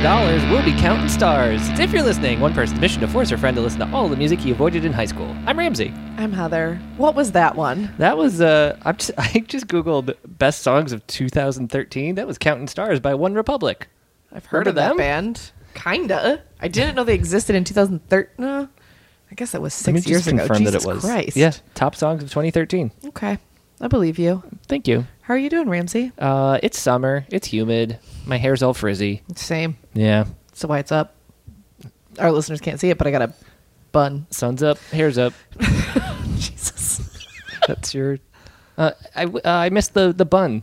dollars, we'll be counting stars. It's if you're listening, one person's mission to force her friend to listen to all the music he avoided in high school. I'm Ramsey. I'm Heather. What was that one? That was uh, I'm just, I just googled best songs of 2013. That was Counting Stars by One Republic. I've heard Remember of that them? band. Kinda. I didn't know they existed in 2013. No, I guess that was six Let me just years ago. confirm Jesus that it was. Christ. Yeah, top songs of 2013. Okay. I believe you. Thank you. How are you doing, Ramsey? Uh, it's summer. It's humid. My hair's all frizzy. Same. Yeah, So why it's up? Our listeners can't see it, but I got a bun. sun's up, hair's up. Jesus. That's your. Uh, I w- uh, I missed the the bun.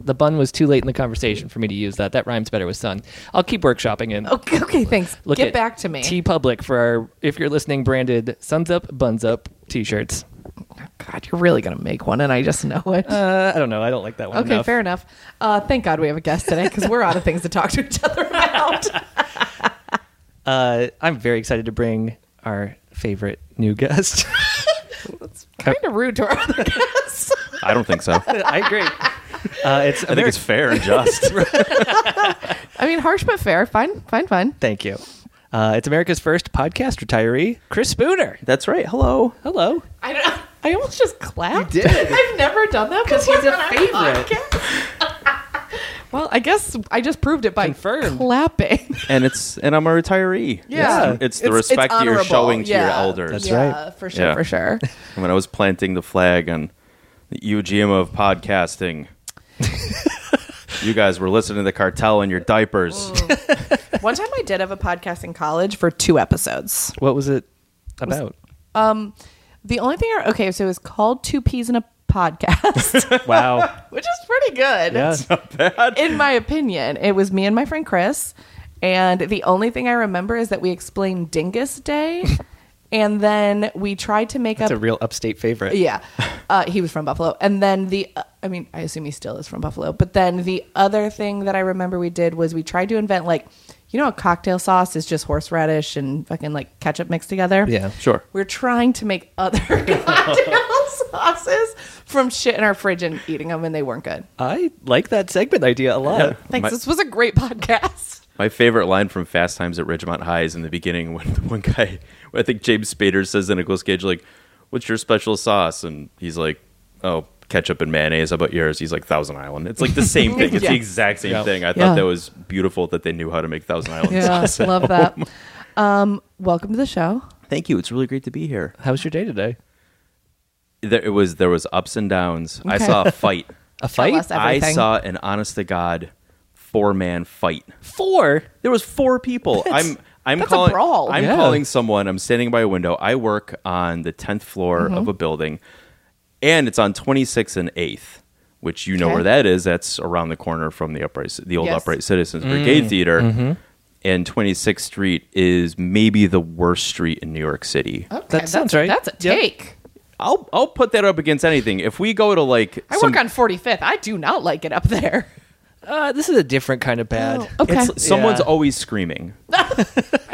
The bun was too late in the conversation for me to use that. That rhymes better with sun. I'll keep workshopping it. Okay. Okay. Thanks. Look Get at back to me. T Public for our if you're listening branded suns up buns up t-shirts. God, you're really gonna make one, and I just know it. Uh, I don't know. I don't like that one. okay. enough. Fair enough. Uh, thank God we have a guest today because we're out of things to talk to each other about. Uh, I'm very excited to bring our favorite new guest. kind of rude to our other guests. I don't think so. I I agree. Uh, it's think it's fair and just. I mean, harsh but fair. Fine, fine, fine. Thank you. Uh, it's America's first podcast retiree, Chris Spooner. That's right. Hello. Hello. I don't. I almost just clapped. You did. I've never done that because he's a favorite. well, I guess I just proved it by Confirmed. clapping. And it's and I'm a retiree. Yeah. It's, it's the It's- it's respect you're honorable. showing to your Yeah. elders. That's yeah, right. for sure, Yeah. for sure. When I was planting the flag on the UGM of podcasting, you guys were listening to the cartel in your diapers. One time I did have a podcast in college for two episodes. What was it about? The only thing, I, okay, so it was called Two Peas in a Podcast, wow. which is pretty good. Yeah. in my opinion, it was me and my friend Chris. And the only thing I remember is that we explained Dingus Day. and then we tried to make That's a up. real upstate favorite. yeah. Uh, he was from Buffalo. And then the, uh, I mean, I assume he still is from Buffalo. But then the other thing that I remember we did was we tried to invent, like, you know, a cocktail sauce is just horseradish and fucking like ketchup mixed together. Yeah. Sure. We're trying to make other cocktail sauces from shit in our fridge and eating them, and they weren't good. I like that segment idea a lot. Thanks. My- this was a great podcast. My favorite line from Fast Times at Ridgemont High is in the beginning when the one guy, I think James Spader says to Nicolas Cage, like, what's your special sauce? And he's like, oh, ketchup and mayonnaise. How about yours? He's like, Thousand Island. It's like the same thing. It's Yeah. the exact same Yeah. thing. I Yeah. thought that was beautiful that they knew how to make Thousand Island Yeah, sauce. love that. Um, welcome to the show. Thank you. It's really great to be here. How was your day today? There, it was, there was ups and downs. I Okay. saw a fight. A fight? us that- I Everything. saw an honest to God four man fight. Four. There was four people. I'm I'm that's a calling brawl. I'm Yeah. calling someone. I'm standing by a window. I work on the 10th floor of Mm-hmm. a building and it's on 26th and 8th, which you know Okay. where that is. That's around the corner from the upright Ci- the old Yes. upright Citizens Mm. Brigade Theater. Mm-hmm. And 26th Street is maybe the worst street in New York City. Oh. That sounds right. That's a Yep. take. I'll I'll put that up against anything. If we go to like I some- work on 45th. I do not like it up there. Uh, this is a different kind of bad. Oh, okay. It's, someone's Yeah. always screaming. I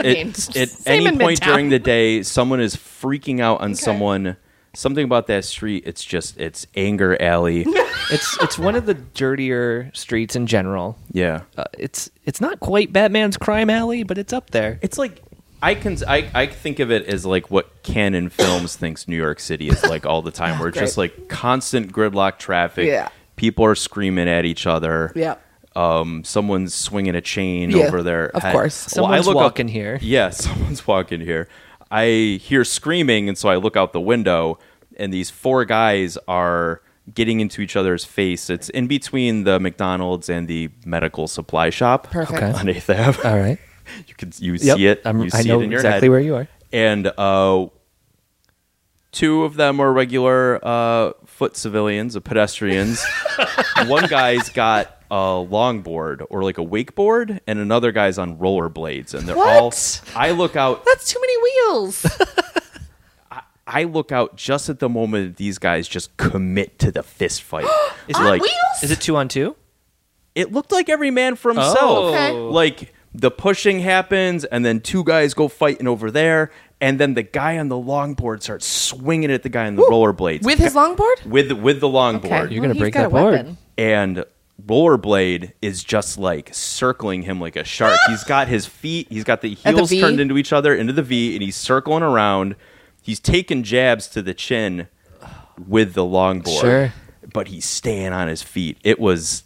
mean, It, at same any in point Midtown. during the day, someone is freaking out on someone. Something about that street. It's just it's anger alley. It's it's one of the dirtier streets in general. yeah, Uh, it's it's not quite Batman's crime alley, but it's up there. it's like I can I, I think of it as like what Canon Films thinks New York City is like all the time. Where it's just like constant gridlock traffic. Yeah. people are screaming at each other. Yeah. Um, someone's swinging a chain Yeah, over their of head. course. Well, I Someone's look up- walking here. Yeah, someone's walking here. I hear screaming, and so I look out the window, and these four guys are getting into each other's face. It's in between the McDonald's and the medical supply shop Perfect. Okay. on Eighth Ave. All right. You can you Uh, Yep. see it. I'm- you see I know it in your exactly head. where you are. And uh, two of them are regular uh, foot civilians, uh, pedestrians. One guy's got a longboard or like a wakeboard, and another guy's on rollerblades, and they're What? all. I look out. That's too many wheels. I look out just at the moment that these guys just commit to the fist fight. It's On like wheels? Is it two on two? it looked like every man for himself. Oh. Okay. Like the pushing happens, and then two guys go fighting over there, and then the guy on the longboard starts swinging at the guy on the rollerblades With his longboard? with with the longboard, You're gonna he's break got that a board. weapon. and rollerblade is just like circling him like a shark. he's got his feet, he's got the At the heels V? turned into each other, into the V, and he's circling around. He's taking jabs to the chin with the longboard. Sure. But he's staying on his feet. It was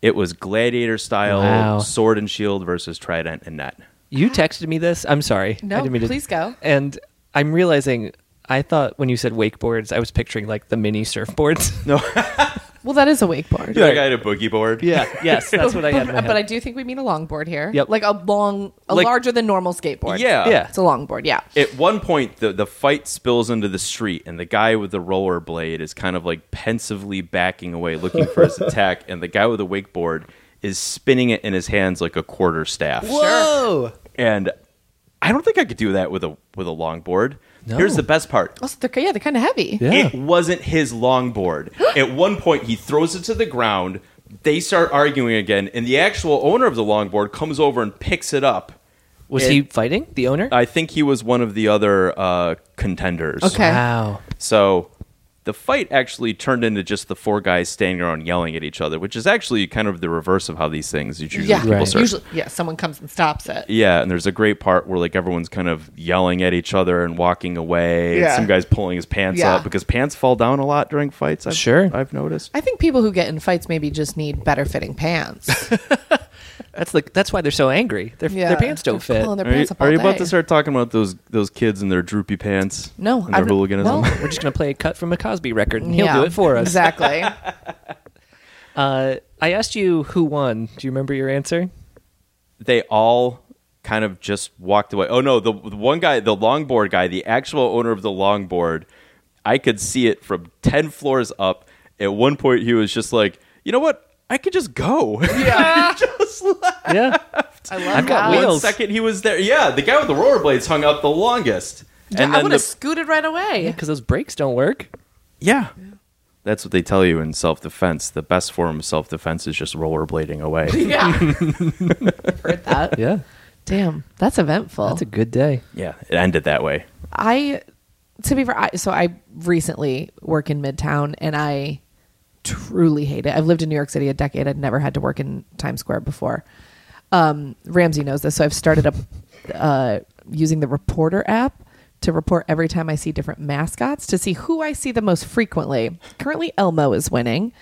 it was gladiator style Wow. sword and shield versus trident and net. You texted me this. I'm sorry. No, I didn't mean to- please go. And I'm realizing I thought when you said wakeboards, I was picturing like the mini surfboards. Well, that is a wakeboard. Yeah, I got a boogie board. yeah. Yes. That's what I had. In my But, but I head. do think we mean a longboard here. Yep. Like a long, a Like- larger than normal skateboard. Yeah. Yeah. It's a longboard. Yeah. At one point, the, the fight spills into the street, and the guy with the rollerblade is kind of like pensively backing away, looking for his attack, and the guy with the wakeboard is spinning it in his hands like a quarter staff. Whoa. And I don't think I could do that with a with a longboard. No. Here's the best part. Also, they're, yeah, they're kind of heavy. Yeah. It wasn't his longboard. At one point, he throws it to the ground. They start arguing again, and the actual owner of the longboard comes over and picks it up. Was It- he fighting the owner? I think he was one of the other uh, contenders. Okay. Wow. So the fight actually turned into just the four guys standing around yelling at each other, which is actually kind of the reverse of how these things usually Yeah. people Right. start. Usually, yeah, someone comes and stops it. yeah, and there's a great part where like everyone's kind of yelling at each other and walking away. and Yeah. some guys pulling his pants Yeah. up because pants fall down a lot during fights. I've, Sure. I've noticed. I think people who get in fights maybe just need better fitting pants. That's like that's why they're so angry. Their Yeah. their pants don't They're fit. pulling their Are you, pants up are all you about day. to start talking about those those kids and their droopy pants? No, and their I'm- hooliganism. well, We're just gonna play a cut from a Cosby record, and he'll do it for us. Exactly. Uh, I asked you who won. Do you remember your answer? they all kind of just walked away. Oh no, the, the one guy, the longboard guy, the actual owner of the longboard, I could see it from ten floors up. At one point, he was just like, "You know what? I could just go." yeah. Yeah. I love I've got that. wheels. one second, he was there. Yeah, the guy with the rollerblades hung out the longest, and I then would the, have scooted right away. Because those brakes don't work. yeah. That's what they tell you in self defense. The best form of self defense is just rollerblading away. Yeah. I've heard that. Yeah. Damn, that's eventful. That's a good day. yeah, it ended that way. I to be fair, I, so I recently work in Midtown, and I truly hate it. I've lived in New York City a decade. I'd never had to work in Times Square before. Um, Ramsey knows this, so I've started up uh, using the Reporter app to report every time I see different mascots to see who I see the most frequently. Currently, Elmo is winning,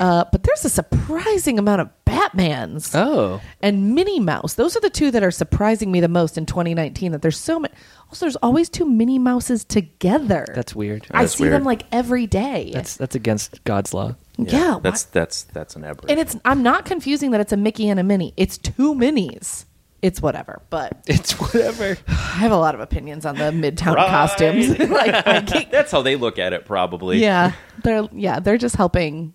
uh, but there's a surprising amount of Batman's Oh. and Minnie Mouse. Those are the two that are surprising me the most in 2019. That there's so many. Also, there's always two Minnie Mouses together. That's weird. I That's see weird. them like every day. That's that's against God's law. yeah. why- that's that's that's an aberration. and it's. I'm not confusing that it's a Mickey and a Minnie. It's two Minis. It's whatever. But It's whatever. I have a lot of opinions on the Midtown Right. costumes. like, I can't- That's how they look at it, probably. yeah, they're yeah they're just helping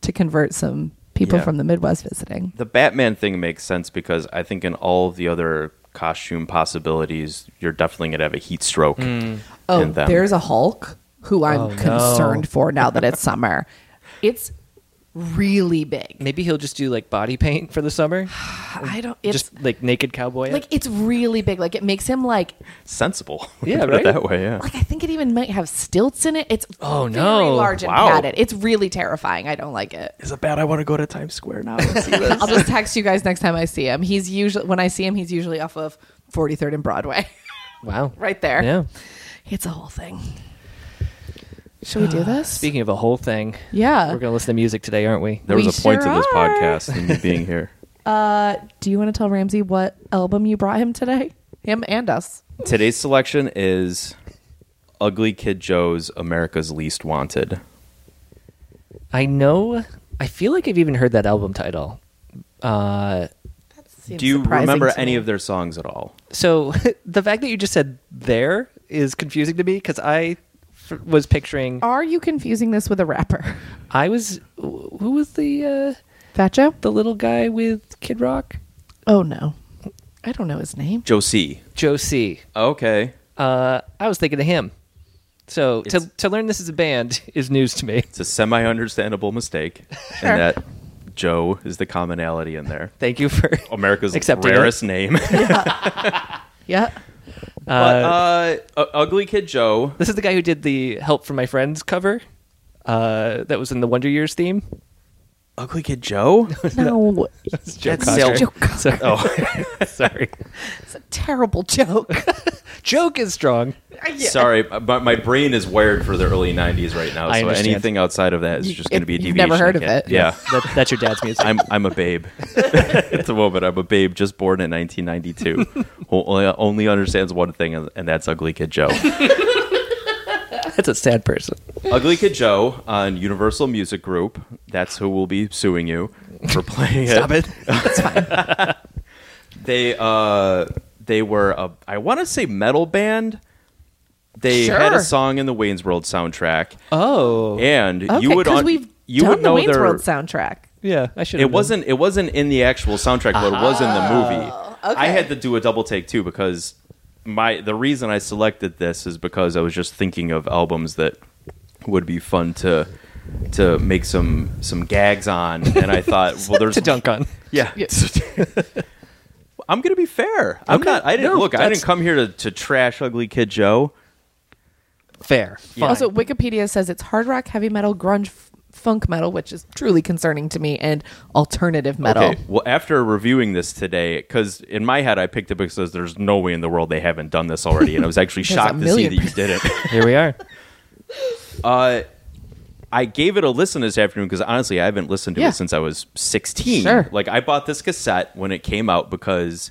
to convert some people Yeah. from the Midwest visiting. The Batman thing makes sense because I think in all of the other costume possibilities, you're definitely going to have a heat stroke. Oh, in them. there's a Hulk who I'm Oh, no. concerned for now that it's summer. It's really big. Maybe he'll just do like body paint for the summer. I don't. It's just like naked cowboy. like it's really big. Like it makes him like sensible. Yeah, Put right? it that way. Yeah. like I think it even might have stilts in it. It's Oh, very no. large and Wow. padded. It's really terrifying. I don't like it. Is it bad? I want to go to Times Square now. and see this. I'll just text you guys next time I see him. He's usually when I see him, he's usually off of 43rd and Broadway, wow. right there. Yeah. It's a whole thing. Should we do this? Speaking of a whole thing, yeah. we're gonna listen to music today, aren't we? there We was a point sure to this are. podcast and me being here. Uh, do you want to tell Ramsey what album you brought him today? Him and us. Today's selection is Ugly Kid Joe's America's Least Wanted. I know. I feel like I've even heard that album title. Uh, Seems Do you surprising remember to any me. of their songs at all? so the fact that you just said "there" is confusing to me because I f- was picturing. Are you confusing this with a rapper? I was. Who was the uh, Fat Joe? the little guy with Kid Rock? Oh no, I don't know his name. Joe C. Joe C. Okay. Uh, I was thinking of him. So to It's- to learn this is a band is news to me. It's a semi understandable mistake. Sure. And that Joe is the commonality in there. Thank you for. America's Accepting it. rarest name. Yeah, But uh, U- Ugly Kid Joe. This is the guy who did the "Help from My Friends" cover uh, that was in the Wonder Years theme. Ugly Kid Joe? No, It's Joe That's Cocker. Joe So- oh, sorry. it's a terrible joke. Joke is strong. sorry. But my brain is wired for the early 90s right now. I So understand. anything outside of that is just going to it- be a you've deviation. never heard of again. it. Yeah. That, that's your dad's music. I'm I'm a babe at the moment. I'm a babe just born in 1992 who only, only understands one thing, and and that's Ugly Kid Joe. that's a sad person. Ugly Kid Joe on Universal Music Group. That's who will be suing you for playing it. They uh they were a I want to say metal band. They had Sure. a song in the Wayne's World soundtrack, Oh. and Okay, you would 'cause un- we've you done would the know Wayne's their World soundtrack. Oh, Yeah, I should It wasn't. It wasn't in the actual soundtrack, but it was in the movie. I okay. had to do a double take too because my the reason I selected this is because I was just thinking of albums that would be fun to to make some some gags on, and I thought, well, there's to dunk on. Yeah. I'm gonna be fair. I'm Okay. not. I didn't No, look. I that's- didn't come here to, to trash Ugly Kid Joe. Fair. Fine. Also, Wikipedia says it's hard rock, heavy metal, grunge, f- funk metal, which is truly concerning to me, and alternative metal. Okay. Well, after reviewing this today, because in my head I picked it because there's no way in the world they haven't done this already, and I was actually There's a shocked to see million that you did it. here we are. Uh, I gave it a listen this afternoon because honestly, I haven't listened to Yeah. it since I was 16. Sure. Like, I bought this cassette when it came out because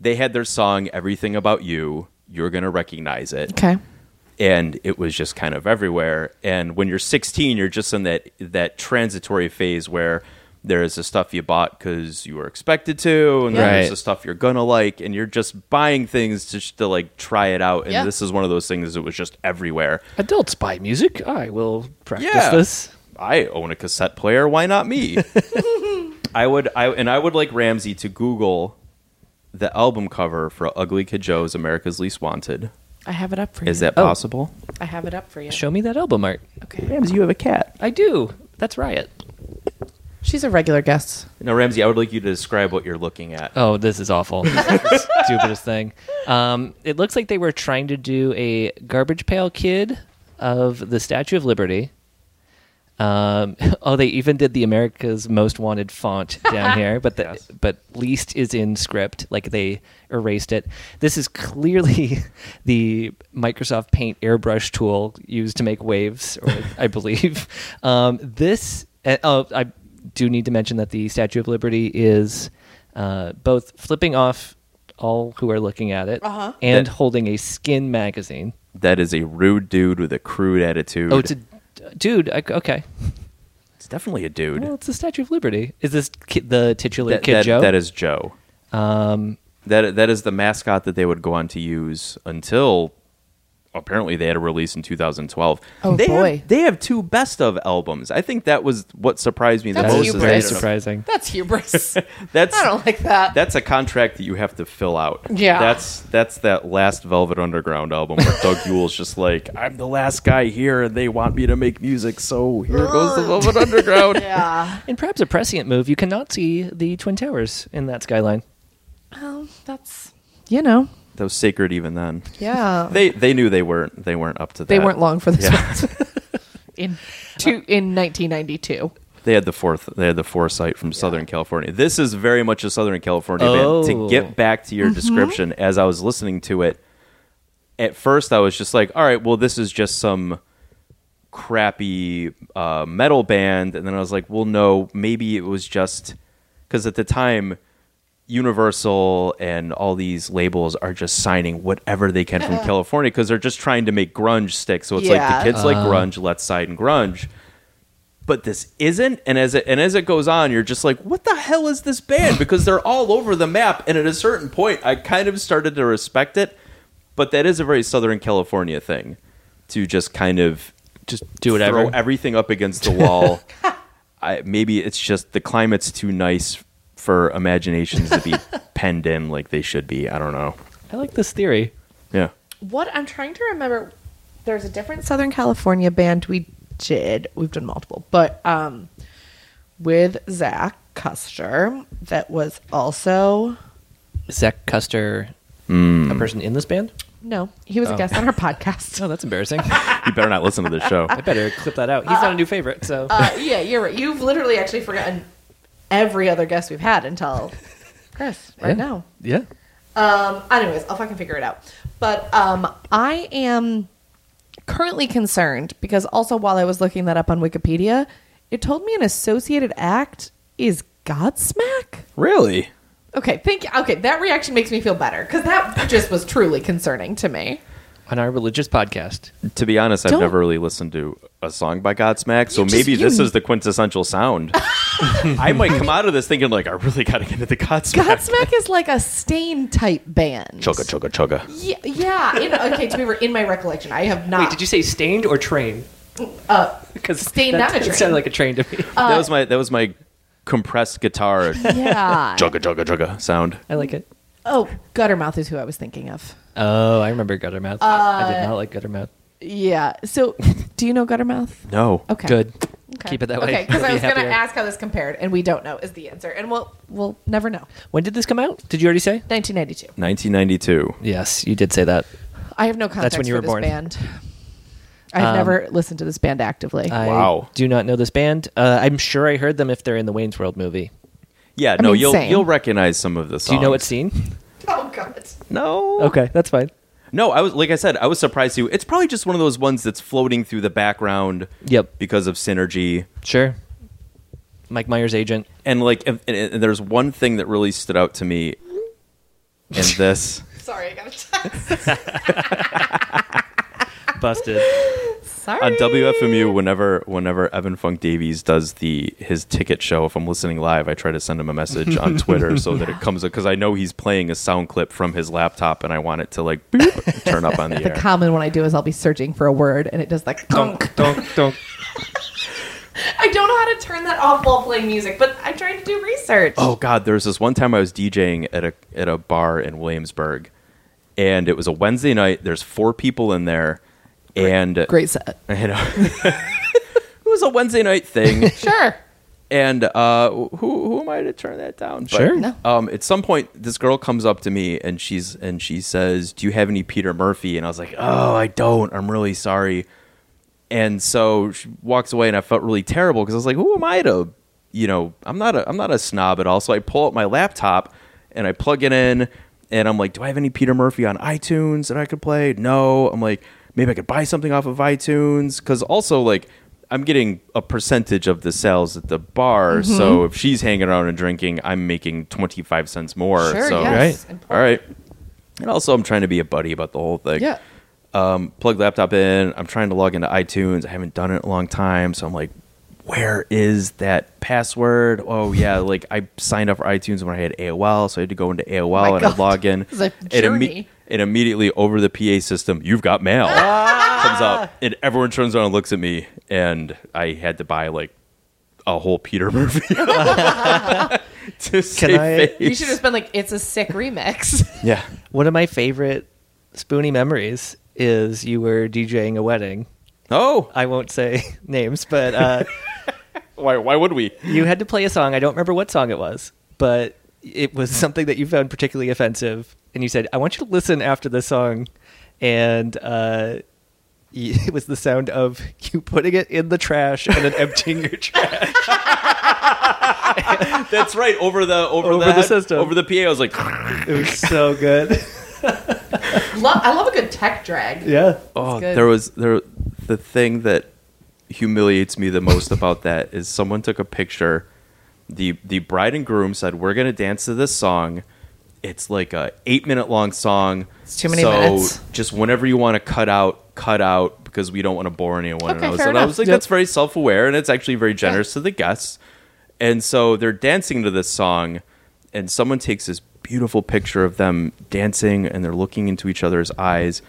they had their song, Everything About You. You're going to recognize it. Okay. And it was just kind of everywhere. And when you're 16, you're just in that, that transitory phase where there is the stuff you bought because you were expected to, and then Yeah. there's Right. the stuff you're going to like, and you're just buying things just to like try it out. And Yeah. this is one of those things that was just everywhere. Adults buy music. I will practice Yeah. this. I own a cassette player. Why not me? I would. I and I would like Ramsey to Google the album cover for Ugly Kid Joe's "America's Least Wanted." I have it up for you. Is that Oh. possible? I have it up for you. Show me that album art. Okay. Ramsey, you have a cat. I do. That's Riot. She's a regular guest. No, Ramsey, I would like you to describe what you're looking at. Oh, this is awful. This is the stupidest thing. Um, it looks like they were trying to do a garbage pail kid of the Statue of Liberty. Um, oh, they even did the America's Most Wanted font down here, but the, but least is in script. Like they erased it. This is clearly the Microsoft Paint airbrush tool used to make waves, or I believe. Um, this. Uh, oh, I do need to mention that the Statue of Liberty is uh, both flipping off all who are looking at it and That- holding a skin magazine. That is a rude dude with a crude attitude. Oh, it's a dude. I, okay. It's definitely a dude. Well, it's the Statue of Liberty. Is this ki- the titular that, Oh, Kid that- Joe? Um, that is Joe. that that is the mascot that they would go on to use until apparently they had a release in 2012. Oh, they boy. Have, they have two best of albums. I think that was what surprised me the That's most. is is hubris. very that- surprising. That's hubris. That's I don't like that. that's a contract that you have to fill out. Yeah. that's that's that last Velvet Underground album where Doug Yule's just like, I'm the last guy here, and they want me to make music, so here goes the Velvet Underground. yeah. And perhaps a prescient move. You cannot see the Twin Towers in that skyline. Well, that's you know. That was sacred even then. Yeah. They, They they knew they weren't they weren't up to that. weren't long for this Yeah. one. in two in 1992. They had the fourth. They had the foresight from Southern California. This is very much a Southern California band. Oh. To get back to your description, as I was listening to it, at first I was just like, "All right, well, this is just some crappy uh, metal band," and then I was like, "Well, no, maybe it was just because at the time." Universal and all these labels are just signing whatever they can from California because they're just trying to make grunge stick. So it's like Yeah. the kids like grunge, let's sign grunge but this isn't and as it and as it goes on you're just like what the hell is this band because they're all over the map and at a certain point i kind of started to respect it but that is a very southern california thing to just kind of Just do throw everything up against the wall I, maybe it's just the climate's too nice for imaginations to be penned in like they should be i don't know I like this theory. yeah What I'm trying to remember, there's a different Southern California band we did. We've done multiple, but um, with Zach Custer, that was also Zach Custer, a person in this band? no, he was a guest on our podcast. Oh, that's embarrassing. You better not listen to this show. I better clip that out. He's not a new favorite, so Uh, yeah, you're right. You've literally actually forgotten every other guest we've had until Chris right Yeah. now. yeah. Um, anyways, I'll fucking figure it out. But um, I am currently concerned because also while I was looking that up on Wikipedia, it told me an associated act is Godsmack. Really? Okay, thank you. Okay, that reaction makes me feel better because that just was truly concerning to me. On our religious podcast, Uh, To be honest, Don't- I've never really listened to a song by Godsmack, so You just- maybe you- this is the quintessential sound. I might come out of this thinking like, I really got to get into Godsmack. Godsmack is like a stain type band. Chugga chugga chugga. Yeah, yeah. In, okay, to be re- in my recollection, I have not. wait, did you say stained or train? Uh, Because Stained, not a train. Uh, sounded like a train to me. that was my that was my compressed guitar yeah. chugga chugga chugga sound. I like it. oh, Guttermouth is who I was thinking of. Oh, I remember Guttermouth. I uh, did not like Guttermouth. Yeah. So, do you know Guttermouth? No. Okay. Good. Keep it that way. Okay, because You'll I be was going to happier. ask how this compared, and we don't know is the answer, and we'll we'll never know. When did this come out? Did you already say? 1992. 1992. Yes, you did say that. I have no context when you for were this born. Um, band. I've never listened to this band actively. I Wow. do not know this band. Uh, I'm sure I heard them if they're in the Wayne's World movie. Yeah, I no, mean, you'll same. you'll recognize some of the songs. Do you know what scene? oh God. No. Okay, that's fine. No, I was like I said, I was surprised too. It's probably just one of those ones that's floating through the background. Yep. Because of synergy, Sure. Mike Myers' agent. and like, if, and, and there's one thing that really stood out to me in this. Sorry, I got a text. Busted. Sorry. on WFMU whenever whenever Evan Funk Davies does the his ticket show. If I'm listening live, I try to send him a message on Twitter so that it comes up because I know he's playing a sound clip from his laptop and I want it to like beep, turn up on the The air. common one I do is I'll be searching for a word, and it does like conk. Donk, donk. I don't know how to turn that off while playing music, but I'm trying to do research. Oh God, there was this one time I was DJing at a at a bar in Williamsburg, and it was a Wednesday night. There's four people in there, and Great set. you know, it was a Wednesday night thing. Sure. And uh, who who am I to turn that down? But, Sure. No. Um, at some point, this girl comes up to me and she's and she says, "Do you have any Peter Murphy?" And I was like, "Oh, I don't. I'm really sorry." And so she walks away, and I felt really terrible because I was like, "Who am I to?" You know, I'm not a I'm not a snob at all. So I pull up my laptop and I plug it in, and I'm like, "Do I have any Peter Murphy on iTunes that I could play?" No. I'm like, maybe I could buy something off of iTunes because also like I'm getting a percentage of the sales at the bar. Mm-hmm. So if she's hanging around and drinking, I'm making 25 cents more. Sure, so, yes. Right. All right. And also, I'm trying to be a buddy about the whole thing. Yeah. Um, plug laptop in. I'm trying to log into iTunes. I haven't done it in a long time. So I'm like, where is that password? Oh, yeah. Like, I signed up for iTunes when I had AOL. So I had to go into AOL My and God. I'd log in. This is a And journey. and immediately over the PA system, you've got mail Ah. comes up, and everyone turns around and looks at me, and I had to buy like a whole Peter Murphy to save I- face. You should have been like, it's a sick remix. yeah, One of my favorite Spoonie memories is you were DJing a wedding. oh, I won't say names, but uh, why? Why would we? you had to play a song. I don't remember what song it was, but it was something that you found particularly offensive. And you said, I want you to listen after this song. And uh, y- it was the sound of you putting it in the trash and then emptying your trash. That's right. Over the over, Over the head- system. over the PA. I was like, It was so good. love, I love a good tech drag. Yeah. oh, good. there was there. The thing that humiliates me the most about that is someone took a picture. the The bride and groom said, "We're gonna dance to this song." It's like a eight minute long song. It's too many so minutes. Just whenever you want to cut out, cut out because we don't want to bore anyone. and Okay, I was, fair and I enough. was like, Yep. that's very self aware and it's actually very generous to the guests. And so they're dancing to this song, and someone takes this beautiful picture of them dancing and they're looking into each other's eyes.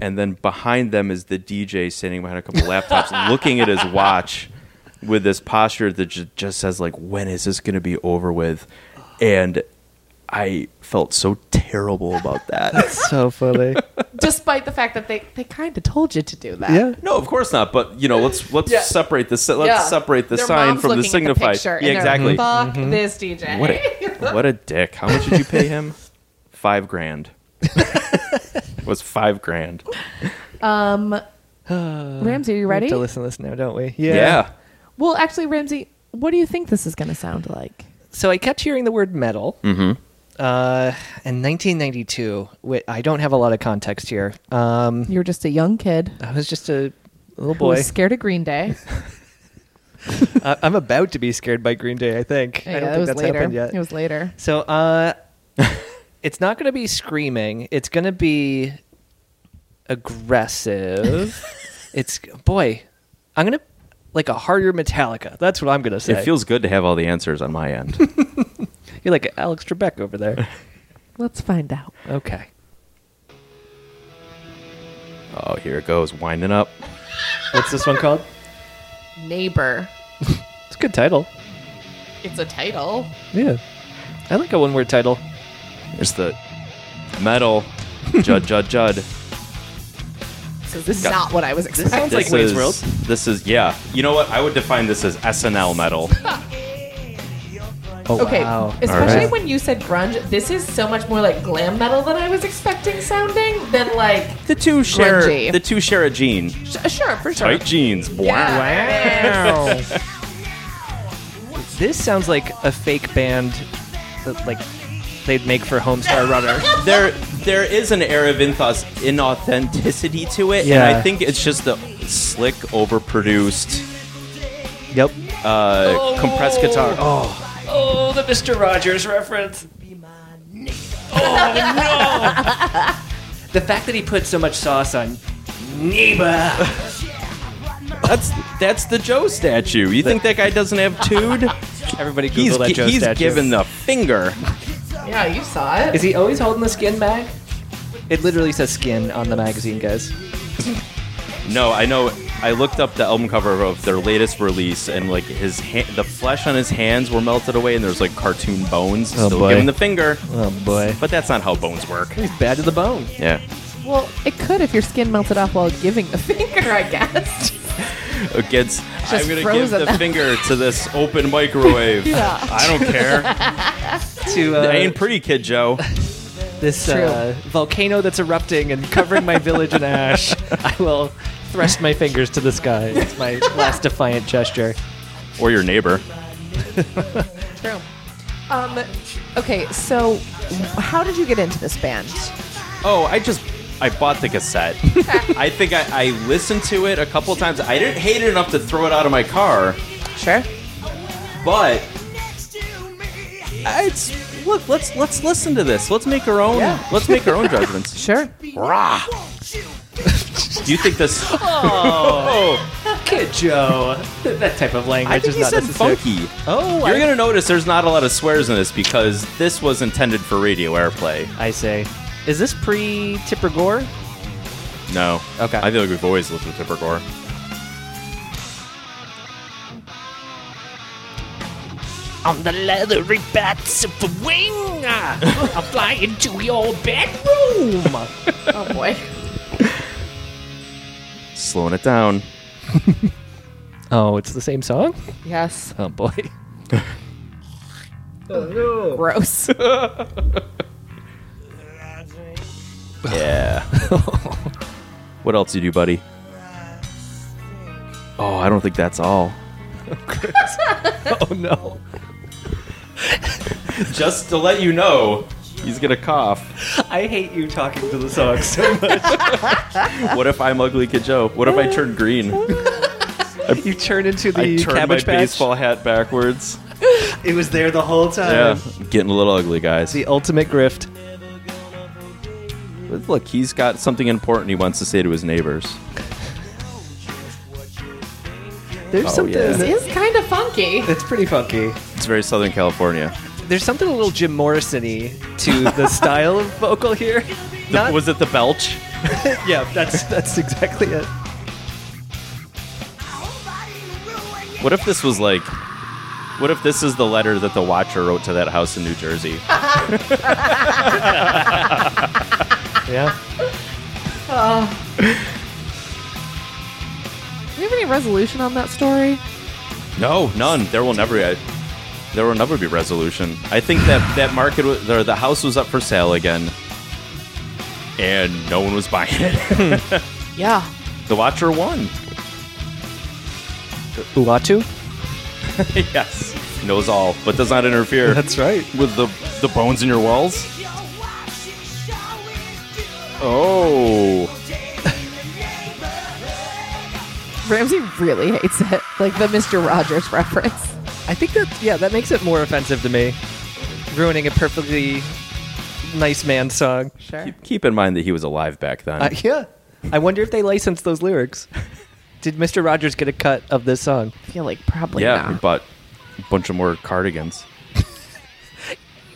And then behind them is the DJ standing behind a couple laptops looking at his watch with this posture that ju- just says like when is this going to be over with and i felt so terrible about that So funny. Despite the fact that they, they kind of told you to do that. Yeah. no of course not but you know let's let's Yeah. separate the si- let's Yeah. separate the Their sign mom's from the looking at signified picture, and yeah they're like, exactly Fuck this DJ. what a, what a dick how much did you pay him five grand it was five grand Ramsey, are you We ready? have to listen to this now, don't we? Yeah. Well, actually, Ramsey, what do you think this is going to sound like? So I kept hearing the word metal. Mm-hmm. Uh, in 1992, wh- I don't have a lot of context here. Um, You were just a young kid I was just a little who boy. was scared of Green Day. I- I'm about to be scared by Green Day. I think. Yeah, I don't it think was that's later. happened yet. It was later. So uh, it's not going to be screaming. It's going to be aggressive. it's boy, I'm going to like a harder Metallica. That's what I'm going to say. It feels good to have all the answers on my end. You're like Alex Trebek over there. Let's find out. okay. oh, here it goes, winding up. What's this one called? Neighbor. It's a good title. It's a title. Yeah. I like a one-word title. There's the metal. Jud, jud, jud. So this is Got- not what I was expecting. sounds like Wayne's World. This is yeah. You know what? I would define this as SNL metal. Oh okay, wow. especially Alright. when you said grunge, this is so much more like glam metal than I was expecting sounding than like the two share Grungy. the two share a gene. sh- uh, sure for sure. Tight jeans. Wow. Yeah. This sounds like a fake band that like they'd make for Homestar Runner. There there is an air of inthos, inauthenticity to it, and Yeah. I think it's just the slick, overproduced, yep. uh, compressed guitar. Oh, Oh, the Mr. Rogers reference. Oh no! the fact that he put so much sauce on neighbor. Oh, that's that's the Joe statue. You think that guy doesn't have tude? Everybody Google he's that Joe he's statue. given the finger. yeah, you saw it. Is he always holding the skin bag? It literally says skin on the magazine, guys. No, I know. I looked up the album cover of their latest release, and like his ha- the flesh on his hands were melted away, and there's like cartoon bones Oh, still boy. giving the finger. Oh boy. But that's not how bones work. He's bad to the bone. Yeah, well, it could if your skin melted off while giving the finger, I guess. against I'm gonna give frozen. the finger to this open microwave. Yeah. I don't care. To uh, I ain't pretty, kid Joe. this True. uh, volcano that's erupting and covering my village in ash, I will thrust my fingers to the sky. It's my last defiant gesture. Or your neighbor. True. Um, okay, so how did you get into this band? Oh, I just I bought the cassette. I think I, I listened to it a couple times. I didn't hate it enough to throw it out of my car, Sure. but it's look let's let's listen to this let's make our own Yeah. let's make our own judgments Sure. Rah. do you think this oh Kid Joe. That type of language i think is you not said necessary. funky Oh, you're I, gonna notice there's not a lot of swears in this because this was intended for radio airplay I say. Is this pre Tipper Gore? no Okay. i feel like we've always listened to tipper gore on the leathery bats of the wing. uh, I'll fly into your bedroom. Oh boy. slowing it down Oh, it's the same song? Yes. Oh, boy. Gross. yeah what else you do buddy oh i don't think that's all Oh, no. just to let you know he's gonna cough I hate you talking to the song so much. What if I'm ugly kid Joe? What if I turn green? You turn into the I turn my cabbage patch. baseball hat backwards. It was there the whole time. Yeah, getting a little ugly, guys. Uh, The ultimate grift. Look, he's got something important he wants to say to his neighbors. There's Oh, something yeah. that- This is kind of funky. that's pretty funky. It's very Southern California. There's something a little Jim Morrison-y to the style of vocal here. The- Not, was it the belch? yeah, that's that's exactly it. What if this was like? What if this is the letter that the Watcher wrote to that house in New Jersey? Yeah. Do we have any resolution on that story? No, none. There will never. I, there will never be resolution. I think that that market wa- or the house was up for sale again, and no one was buying it. Yeah. The Watcher won. Uatu? yes. Knows all, but does not interfere right. with the, the bones in your walls. Oh. Ramsey really hates it. Like the Mr. Rogers reference. I think that yeah, that makes it more offensive to me. Ruining a perfectly nice man song. Sure. Keep, keep in mind that he was alive back then. Uh, yeah. I wonder if they licensed those lyrics. Did Mr. Rogers get a cut of this song? I feel like probably yeah, we not. bought a bunch of more cardigans.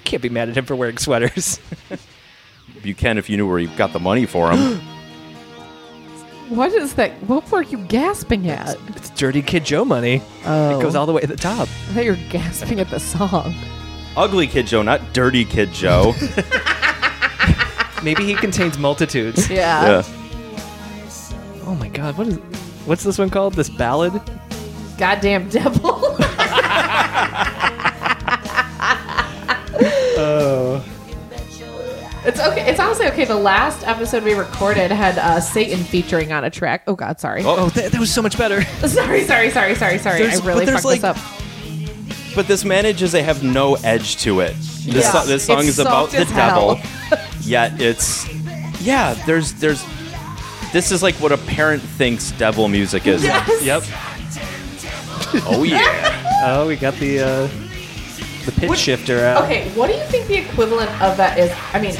Can't be mad at him for wearing sweaters. You can if you knew where you got the money for them. What is that? What were you gasping at? it's Dirty Kid Joe money. Oh. It goes all the way to the top. I thought you were gasping at the song. Ugly Kid Joe, not Dirty Kid Joe. Maybe he contains multitudes. Yeah. yeah. Oh my god, what is what's this one called? This ballad? Goddamn devil. Oh. it's okay. It's honestly okay. The last episode we recorded had uh, Satan featuring on a track. Oh God, sorry. Oh. Oh, that, that was so much better. Sorry, sorry, sorry, sorry, sorry. There's- I really but there's fucked this like- up. But this manages they have no edge to it. This, Yeah. so- this song It's is about soft the as hell. devil. Yet it's yeah, there's there's this is like what a parent thinks devil music is. Yes. Yep. Oh yeah. Oh, we got the uh the pitch What- shifter out. Okay, what do you think the equivalent of that is? I mean,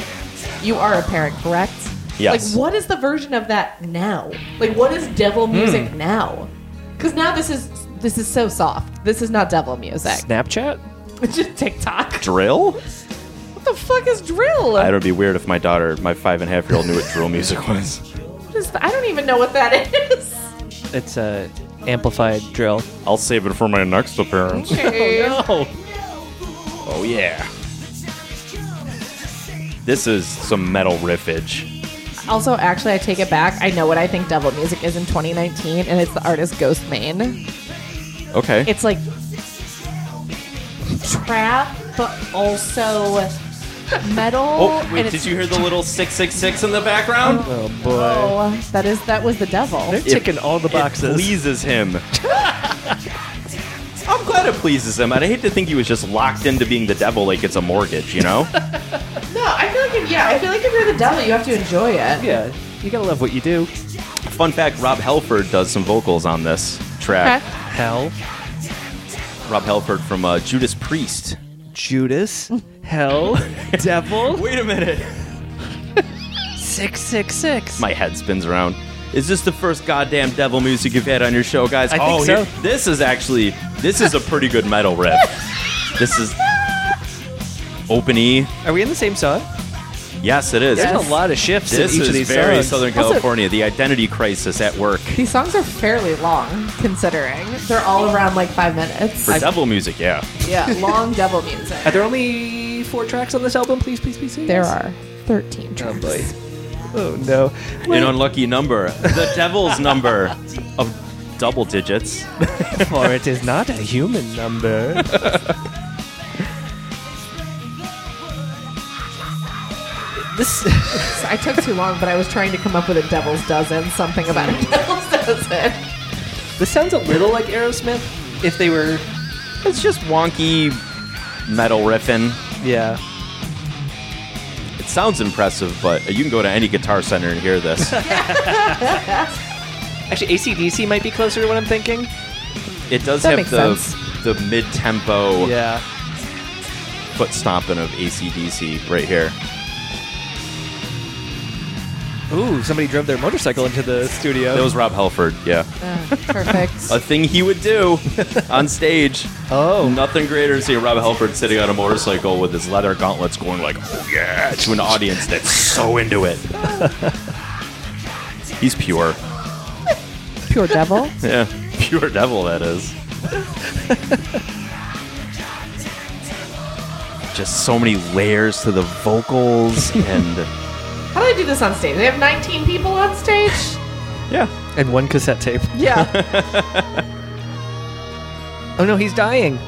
you are a parent, correct? Yes. Like, what is the version of that now? Like, what is devil music now? Because now this is this is so soft. This is not devil music. Snapchat? It's just TikTok. Drill? What the fuck is drill? That would be weird if my daughter, my five and a half year old, knew what drill music was. What is th- I don't even know what that is. It's a amplified drill. I'll save it for my next appearance. Okay. Oh. Oh yeah. This is some metal riffage. Also, actually, I take it back. I know what I think devil music is in 2019, and it's the artist Ghost Main. Okay. It's like trap, but also metal. oh and wait, it's did you hear the little six six six in the background? Oh boy. Oh, that is that was the devil. They're ticking all the It boxes. pleases him. I'm glad it pleases him. and I hate to think he was just locked into being the devil like it's a mortgage, you know? No, I feel like if, yeah, I feel like if you're the devil, you have to enjoy it. Yeah, you gotta love what you do. Fun fact Rob Helford does some vocals on this track. Hell, Rob Helford from uh, Judas Priest. Judas, hell, devil, Wait a minute. six six six. My head spins around. Is this the first goddamn devil music you've had on your show, guys? I think oh, so. here- this is actually this is a pretty good metal riff. this is open E. Are we in the same song? Yes, it is. There's a lot of shifts This in each is of these very songs. Southern Also- California. the identity crisis at work. These songs are fairly long, considering they're all around like five minutes. For devil music, yeah. yeah, long devil music. Are there only four tracks on this album? Please, please, please. please? There are 13 Oh tracks. boy. Oh no. An unlucky number. The devil's number of double digits. For it is not a human number. this. I took too long, but I was trying to come up with a devil's dozen, something about Hmm. a devil's dozen. This sounds a little like Aerosmith. If they were, It's just wonky metal riffing. yeah. It sounds impressive, but you can go to any guitar center and hear this. Actually, ACDC might be closer to what I'm thinking. It does That have makes the sense. the mid tempo Yeah. foot stomping of ACDC right here. Ooh, somebody drove their motorcycle into the studio. That was Rob Helford, yeah. perfect. A thing he would do on stage. oh, Nothing greater to see Rob Helford sitting on a motorcycle with his leather gauntlets going like, oh yeah, to an audience that's so into it. He's pure. Pure devil. Yeah, pure devil that is. Just so many layers to the vocals and How do I do this on stage? They have 19 people on stage? yeah. and one cassette tape. Yeah. Oh no, he's dying.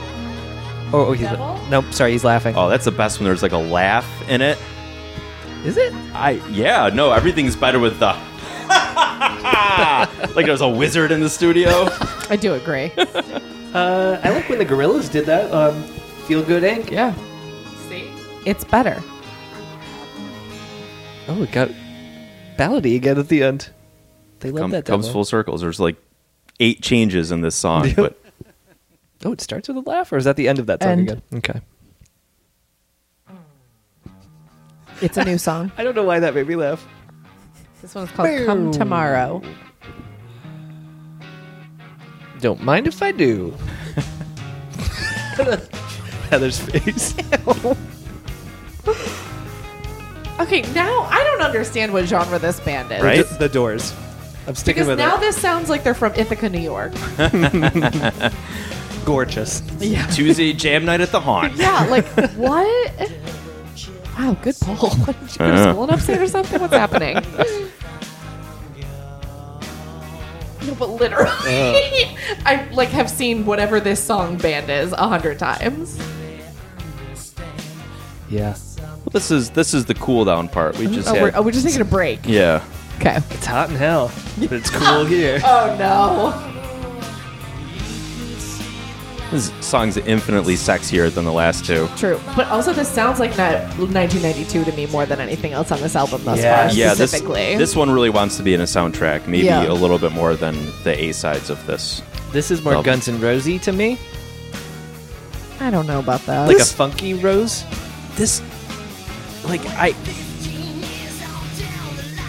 Oh, oh he's Devil? nope. Sorry, he's laughing. Oh, that's the best when there's like a laugh in it. Is it? I yeah, no, everything's better with the like there's a wizard in the studio. I do agree. Uh, I like when the gorillas did that. Um, feel good ink. yeah. See? It's better. Oh, it got ballady again at the end. They love Come- that. comes demo. full circles. There's like eight changes in this song, but Oh, it starts with a laugh, or is that the end of that song End. again? Okay. It's a new song. I don't know why that made me laugh. This one's called Come Tomorrow. Don't mind if I do. Heather's face. Okay, now I don't understand what genre this band is. Right? The Doors. I'm sticking Because with now it. this sounds like they're from Ithaca, New York. Gorgeous. Yeah. Tuesday jam night at the haunt. Yeah, like what? Wow, good poll. Did you go to Yeah. school in upstate or something? What's happening? No, but literally, I like have seen whatever this song band is a hundred times. Yeah. Well, this is this is the cool down part. We just Oh, had- we're, oh, we're just taking a break. yeah. Okay. It's hot in hell, but it's cool here. Oh no. This song's infinitely sexier than the last two. True, but also this sounds like not 1992 to me more than anything else on this album thus Yeah. far. Yeah, this specifically. this one really wants to be in a soundtrack, maybe Yeah. a little bit more than the A sides of this. This is more Oh. Love. Guns N' Rosy to me. I don't know about that. Like a funky rose. This, like I,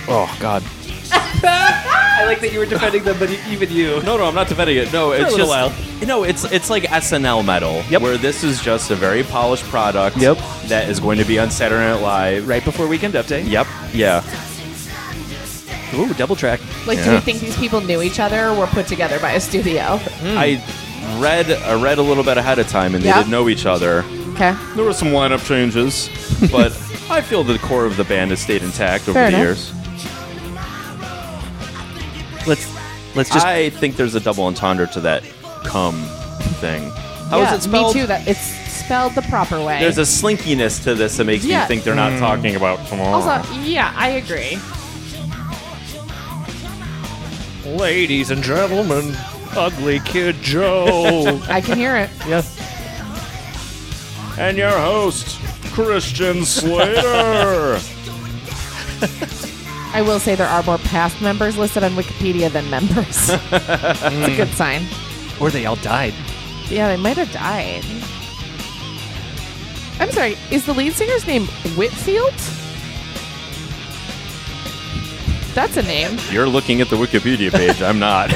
oh god, I like that you were defending them, but e- even you. No, no, I'm not defending it. No, it's little just while. no, it's it's like SNL metal, Yep. where this is just a very polished product. Yep. That is going to be on Saturday Night Live. Right before Weekend Update. Yep. Yeah. Ooh, double track. Like, do Yeah. we think these people knew each other or were put together by a studio? Mm-hmm. I read I read a little bit ahead of time, and they Yeah. didn't know each other. Okay. There were some lineup changes, but I feel the core of the band has stayed intact over Fair the enough. years. Let's let's just I think there's a double entendre to that "come" thing. How is yeah, it spelled? Me too. That it's spelled the proper way. There's a slinkiness to this that makes Yeah. me think they're not talking about tomorrow. also, yeah, I agree. Ladies and gentlemen, Ugly Kid Joe. I can hear it. and your host Christian Slater. I will say there are more past members listed on Wikipedia than members. It's a good sign. or they all died. Yeah, they might have died. I'm sorry. Is the lead singer's name Whitfield? That's a name. You're looking at the Wikipedia page. I'm not.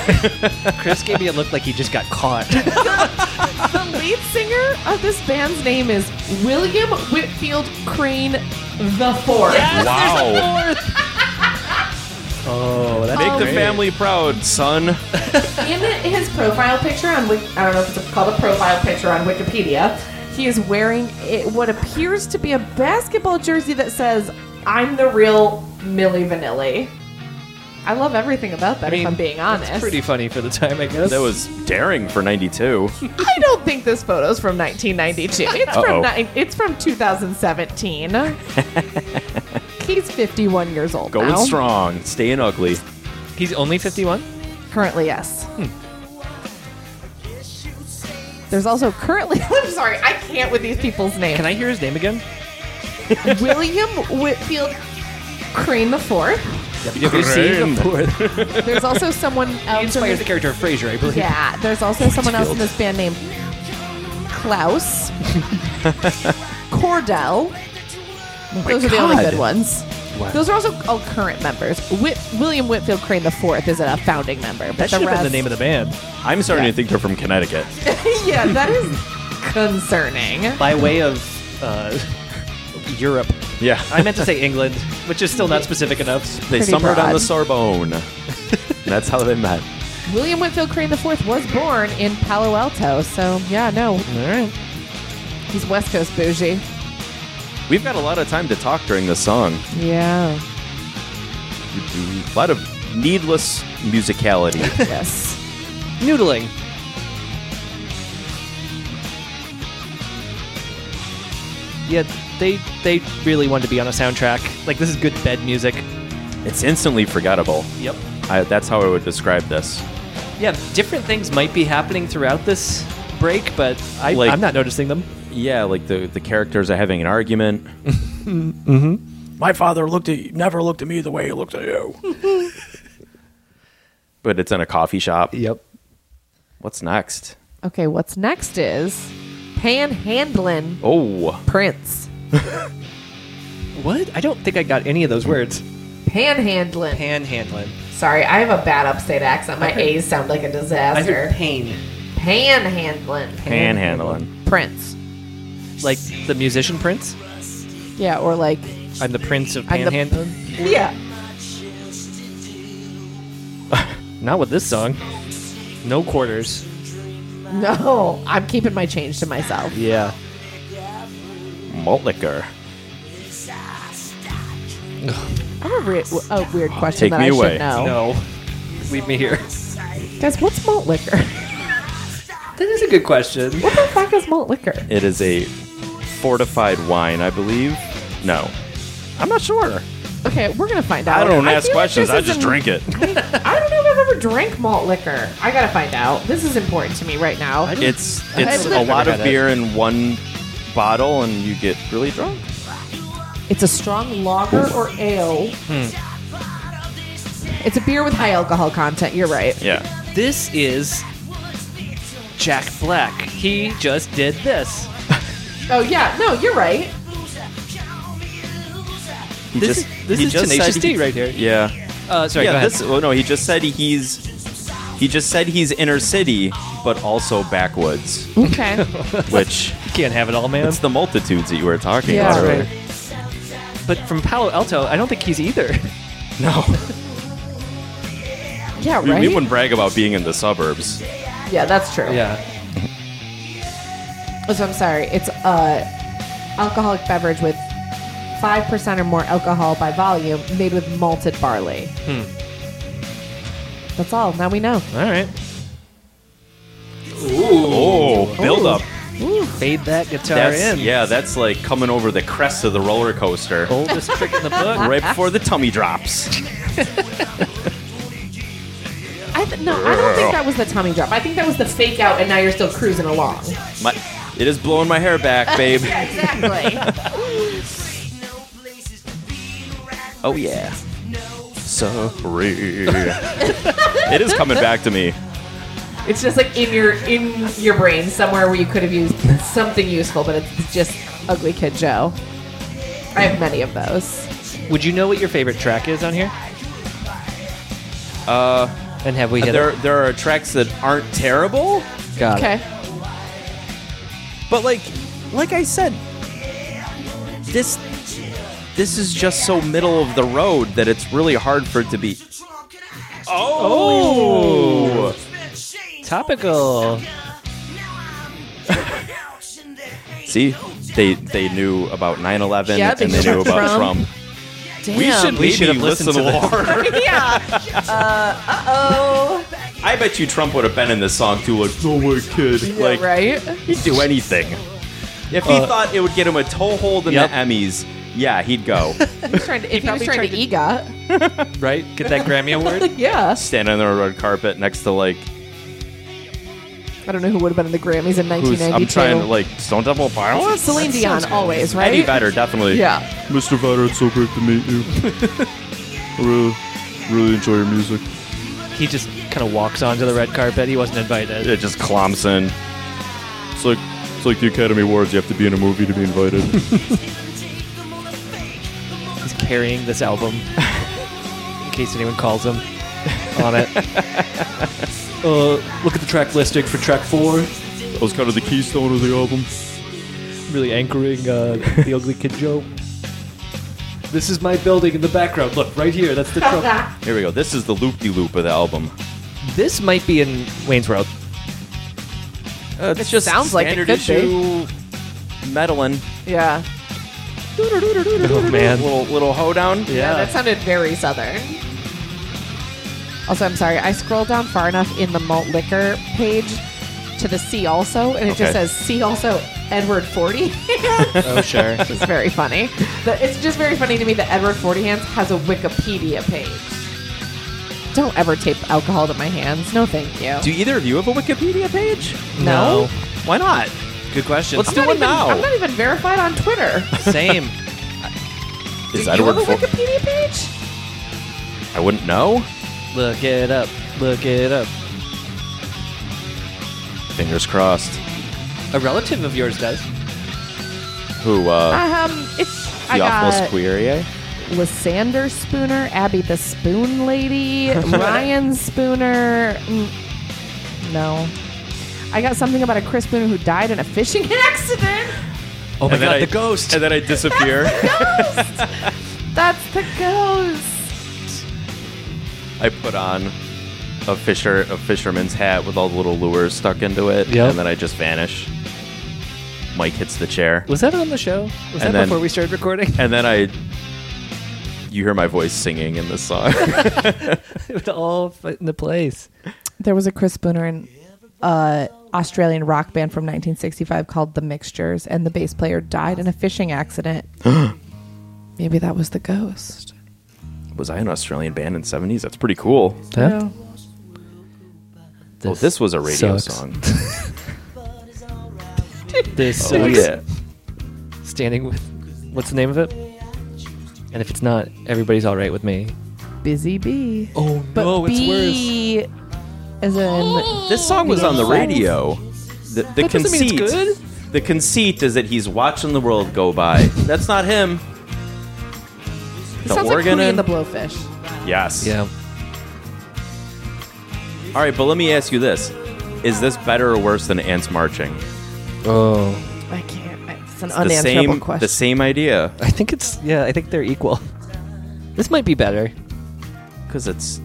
Chris gave me a look like he just got caught. The lead singer of this band's name is William Whitfield Crane the Fourth. wow. oh, that's Make the great. family proud, son. In his profile picture on, Wik- I don't know if it's called a profile picture on Wikipedia, he is wearing it, what appears to be a basketball jersey that says, I'm the real Millie Vanilli. I love everything about that, mean, if I'm being honest. Pretty funny for the time, I guess. That was daring for 92. I don't think this photo's from 1992. It's Uh-oh. from ni- it's from 2017. He's 51 years old Going now. strong, staying ugly. He's only 51? Currently, yes. There's also currently. I'm sorry, I can't with these people's names. Can I hear his name again? William Whitfield Crane the Fourth. Have you seen the fourth? There's also someone else. in Inspires this- the character of Frasier, I believe. yeah, there's also someone else in this band named Klaus Cordell. Oh Those are the only God. good ones. Those are also all current members. Whit- William Whitfield Crane the Fourth is a founding member, but That the should have rest, been the name of the band. I'm starting to think they're from Connecticut. yeah, that is concerning. By way of uh, Europe. Yeah. I meant to say England, which is still not specific enough. they pretty summered on broad. the Sorbonne. That's how they met. William Whitfield Crane IV was born in Palo Alto, so yeah, no, All right. he's West Coast bougie. We've got a lot of time to talk during this song. Yeah. A lot of needless musicality. Yes. Noodling. Yeah, they they really wanted to be on a soundtrack. Like, this is good bed music. it's instantly forgettable. Yep. I, that's how I would describe this. Yeah, different things might be happening throughout this break, but I, Like- I'm not noticing them. Yeah, like the the characters are having an argument. Mm-hmm. My father looked at never looked at me the way he looked at you. but it's in a coffee shop. Yep. What's next? Okay, what's next is panhandling Oh, Prince. What? I don't think I got any of those words. Panhandling. Panhandling. Sorry, I have a bad upstate accent. My A's sound like a I heard disaster. pain. Panhandling. panhandling. Prince. Like the musician Prince? Yeah, or like I'm the Prince of I'm the- Panhandling? yeah. Not with this song. No quarters. No, I'm keeping my change to myself. Yeah. Malt liquor. I have a, re- a weird question Take that me I away. should know. No. Leave me here. Guys, what's malt liquor? That is a good question. what the fuck is malt liquor? It is a fortified wine, I believe. No, I'm not sure. Okay, we're gonna find out. I don't ask Oh, feel like questions. this I just isn't- drink it. I don't know if I've ever drank malt liquor. I gotta find out. This is important to me right now. It's I've it's a never lot of had it. beer in one bottle, and you get really drunk. It's a strong lager or ale. Hmm. It's a beer with high alcohol content. You're right. Yeah. This is Jack Black. He just did this. Oh yeah, no, you're right. He This is- this is Tenacious D right here. Yeah. Uh, sorry, go yeah. ahead. This. Oh no. He just said he's. He just said he's inner city, but also backwoods, Okay. which You can't have it all, man. it's the multitudes that you were talking Yeah. about earlier. Right. But from Palo Alto, I don't think he's either. No, yeah, we, right. we wouldn't brag about being in the suburbs. yeah, that's true. Yeah. So I'm sorry. It's a alcoholic beverage with five percent or more alcohol by volume, made with malted barley. Hmm. That's all. Now we know. All right. Oh, build up. Fade that guitar That's, in. Oh. yeah, that's like coming over the crest of the roller coaster Oldest trick in the book. right before the tummy drops. I th- no, I don't think that was the tummy drop. I think that was the fake out, and now you're still cruising along. My, it is blowing my hair back, babe. Exactly. Oh yeah. Sorry. it is coming back to me. it's just like in your in your brain somewhere where you could have used something useful, but it's just ugly kid Joe. I have many of those. Would you know what your favorite track is on here? Uh, And have we hit there it? there are tracks that aren't terrible, Got it. Okay. but like like I said, this this is just so middle of the road that it's really hard for it to be. Oh. Topical. See, they they knew about 9/11 Yeah, they and they knew knew about about Trump. Damn. We should We maybe should have listened listen to to little harder. yeah. Uh oh. I bet you Trump would have been in this song too. Like, no way, kid. like, right. he'd do anything. Uh, If he thought it would get him a toehold in Yep. the Emmys, yeah, he'd go. He's trying to, if he was probably trying to EGOT. Right? Get that Grammy Award? Yeah. Stand on the red carpet next to like I don't know who would have been in the Grammys in who's 1992. I'm trying to like Stone Temple Pilots. Celine Dion, always right. Eddie Vedder, definitely. Yeah. Mr. Vader, it's so great to meet you. I really, really enjoy your music. He just kind of walks onto the red carpet. He wasn't invited. It just clomps in. It's like it's like the Academy Awards. You have to be in a movie to be invited. He's carrying this album in case anyone calls him on it. uh, look at the track listing for track four. that was kind of the keystone of the album. Really anchoring uh, the Ugly Kid Joe. This is my building in the background. Look, right here. That's the truck. Here we go. This is the loop-de-loop of the album. This might be in Wayne's World. Uh, it's just sounds like it standard could issue meddling. yeah. Oh man. Little little hoedown. Yeah, that sounded very southern. Also, I'm sorry, I scrolled down far enough in the malt liquor page to the C also, and it Okay. just says C also Edward Forty. Oh sure. it's very funny. The- it's just very funny to me that Edward Forty Hands has a Wikipedia page. Don't ever tape alcohol to my hands. No, thank you. Do either of you have a Wikipedia page? No. Why not? Good question. Let's I'm do not one even- now. I'm not even verified on Twitter. Same. Is Do that a you word have for? a Wikipedia page? I wouldn't know. Look it up. Look it up. Fingers crossed. A relative of yours does. Who? uh Um, it's I Theophilus got Quirier. Lysander Spooner, Abby the Spoon Lady, Ryan Spooner. mm, No, I got something about a Chris Spooner who died in a fishing accident. Oh my And then god, I- the ghost. And then I disappear. That's the ghost. I put on a fisher a fisherman's hat with all the little lures stuck into it, Yep. and then I just vanish. Mike hits the chair, Was that on the show? Was that And then- before we started recording? and then I. You hear my voice singing in the song. it would all fit in the place. There was a Chris Spooner in uh, Australian rock band from 1965 called The Mixtures, and the bass player died in a fishing accident. Maybe that was the ghost. Was I an Australian band in seventies? That's pretty cool. No. oh, this was a radio sucks. song. This Oh, sucks. yeah. Standing with. What's the name of it? And if it's not, everybody's all right with me. Busy Bee. Oh But B as in This song was on the radio. The, the That doesn't mean it's conceit. good. The conceit is that he's watching the world go by. That's not him. this sounds like organ Hootie and in- the Blowfish. Yes. Yeah. All right, but let me ask you this: Is this better or worse than ants marching? Oh. I can't. I- It's an The unanswerable same, question. the same idea, I think it's. Yeah, I think they're equal. This might be better. because it's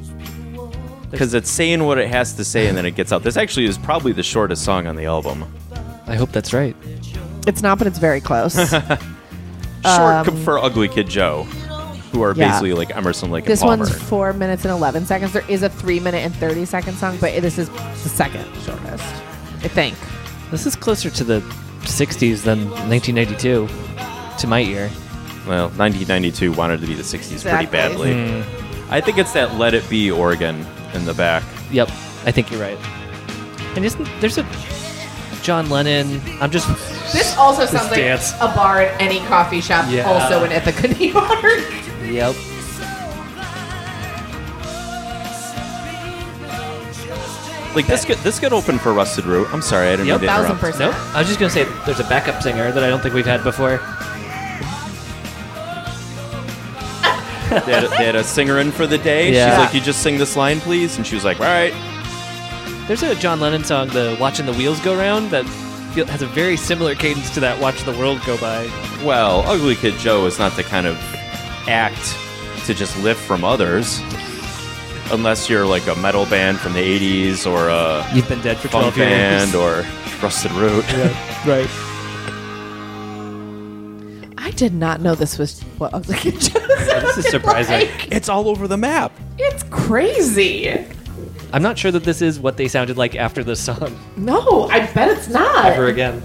because it's saying what it has to say, and then it gets out. This actually is probably the shortest song on the album. I hope that's right. It's not, but it's very close. Short com- for Ugly Kid Joe, who are Um, yeah. basically like Emerson, Lake this and Palmer. one's four minutes and eleven seconds. There is a three minute and thirty second song, but this is the second shortest, I think. This is closer to the 60s than 1992 to my ear. well, 1992 wanted to be the 60s Exactly. pretty badly. I think it's that Let It Be organ in the back. Yep, I think you're right. And isn't there's a John Lennon? I'm just This also sounds like dance. a bar at any coffee shop, Yeah. also in Ithaca, New York. yep. Like this could this could open for Rusted Root. I'm sorry, I didn't Yep. mean to Thousand interrupt. percent. Nope. I was just gonna say there's a backup singer that I don't think we've had before. They had, a, they had a singer in for the day. Yeah. She's like, "You just sing this line, please," and she was like, "All right." There's a John Lennon song, the "Watching the Wheels Go Round," that feel- has a very similar cadence to that "Watch the World Go By." Well, Ugly Kid Joe is not the kind of act to just lift from others, unless you're like a metal band from the '80s or a You've been dead for funk 12 years. band or Rusted Root. right. I did not know this was what I was like. this is surprising. It's all over the map. it's crazy. I'm not sure that this is what they sounded like after this song No, I bet it's not. ever again.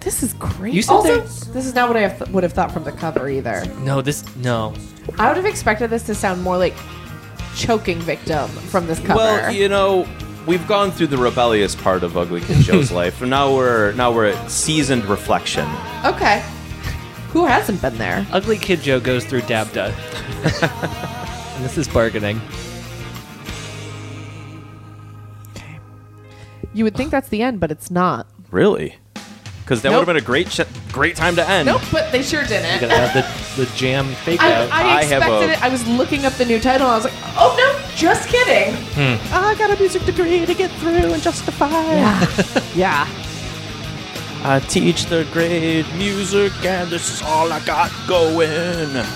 This is crazy. You said also, they- this is not what I have would have thought from the cover either. No, this no. I would have expected this to sound more like choking victim from this cover. Well, you know, we've gone through the rebellious part of Ugly Kid Joe's life, and now we're now we're at seasoned reflection. okay. Who hasn't been there? Ugly Kid Joe goes through Dabda. and this is bargaining. You would think that's the end, but it's not. Really? Because that Nope. would have been a great sh- great time to end. Nope, but they sure Gotta didn't. have the, the jam fake I, out. I I have expected a- it. I was looking up the new title. And I was like, oh no, just kidding. Hmm. I got a music degree to get through and justify. Yeah. yeah. I teach the grade music, and this is all I got going.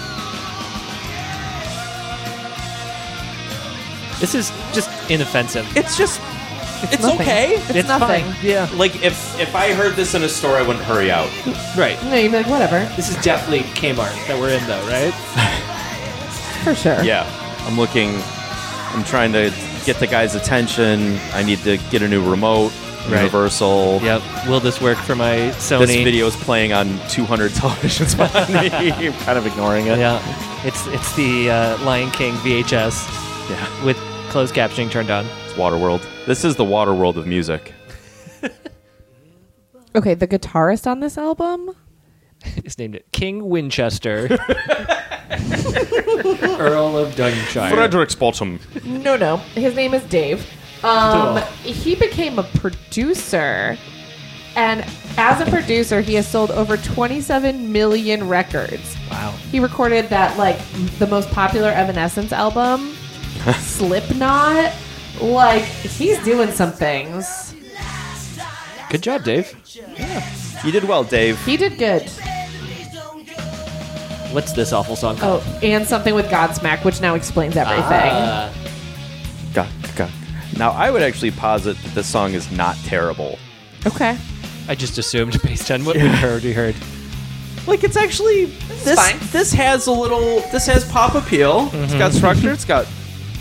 This is just inoffensive. It's just, it's, nothing. okay. It's, nothing. fine. Yeah. Like if if I heard this in a store, I wouldn't hurry out. Right. No, you'd be like, whatever. This is definitely Kmart that we're in, though, right? For sure. Yeah, I'm looking. I'm trying to get the guy's attention. I need to get a new remote. Right. Universal. Yep. Will this work for my Sony? This video is playing on 200 televisions behind me. I'm kind of ignoring it. Yeah. It's it's the uh, Lion King VHS Yeah. with closed captioning turned on. It's Waterworld. This is the Waterworld of music. Okay, the guitarist on this album. It's named it King Winchester. Earl of Dunshire. Spottum. No, no, his name is Dave. Um, he became a producer, and as a producer, he has sold over 27 million records. wow. He recorded that like the most popular Evanescence album, Slipknot. Like he's doing some things. Good job, Dave. You did well, Dave. He did good. What's this awful song called? Oh, and something with Godsmack, which now explains everything. Ah. Gah, gah. Now, I would actually posit that this song is not terrible. okay. I just assumed based on what we heard. We heard. Like it's actually this. fine. This has a little. This has pop appeal. It's got structure. It's got.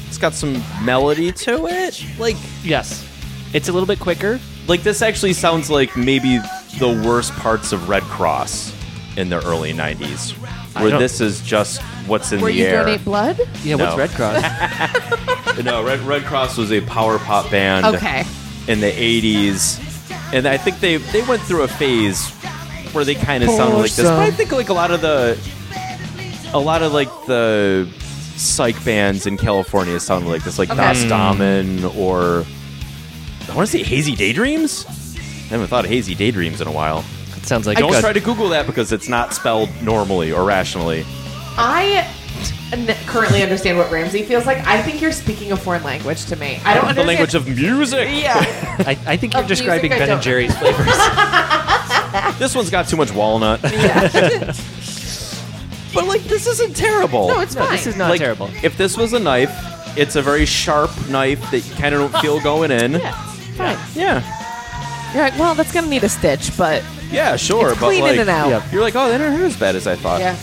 It's got some melody to it. Like Yes. It's a little bit quicker. like this actually sounds like maybe the worst parts of Red Cross in the early '90s, where don't- this is just what's in Where the you air. donate blood? Yeah. No. What's Red Cross? No, Red, Red Cross was a power pop band Okay. in the 80s. And I think they, they went through a phase where they kind of sounded like this. But I think like a lot of the a lot of like the psych bands in California sounded like this, like Okay. Nas Damen or I want to say Hazy Daydreams. I haven't thought of Hazy Daydreams in a while. It sounds like Don't a- try to Google that because it's not spelled normally or rationally. I n- currently understand what Ramsey feels like. I think you're speaking a foreign language to me. I don't the understand. language of music. yeah. I, I think you're Of music describing I Ben don't- and Jerry's flavors. This one's got too much walnut. but like, this isn't terrible. No, it's fine. this is not like, terrible. If this was a knife, it's a very sharp knife that you kind of don't feel going in. Yeah, it's fine. Yeah, You're like, well, that's gonna need a stitch, but yeah, sure. It's but clean in like, and out. Yep. you're like, oh, they don't hurt as bad as I thought. yeah.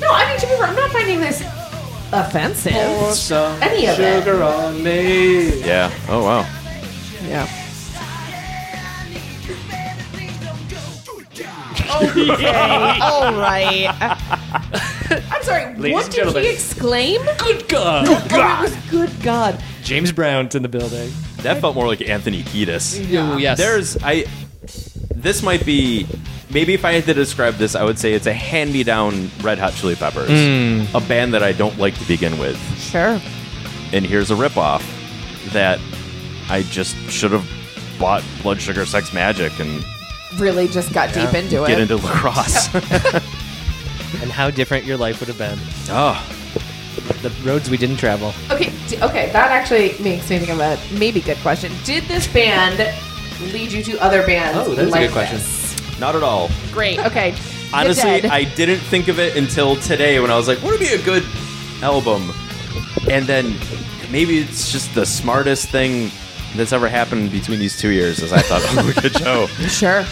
No, I mean to be fair, I'm not finding this offensive. Pour some Any of it. sugar on me. Yeah. Oh wow. Yeah. Okay. All right. I'm sorry. Ladies what and did gentlemen. he exclaim? Good God! God. it was good God. James Brown's in the building. That felt more like Anthony Kiedis. Oh yes. There's I. This might be. Maybe if I had to describe this, I would say it's a hand-me-down Red Hot Chili Peppers, Hmm. a band that I don't like to begin with. Sure. and here's a ripoff that I just should have bought Blood Sugar Sex Magic and Really just got deep into it. get into lacrosse. and how different your life would have been. oh, The roads we didn't travel. Okay, d- okay, that actually makes me think of a maybe good question. Did this band lead you to other bands? Oh, that is a like good question. this? not at all. Great. Okay. Honestly, I I didn't think of it until today when I was like, what would be a good album? And then maybe it's just the smartest thing that's ever happened between these two years as I thought, oh, good show. sure.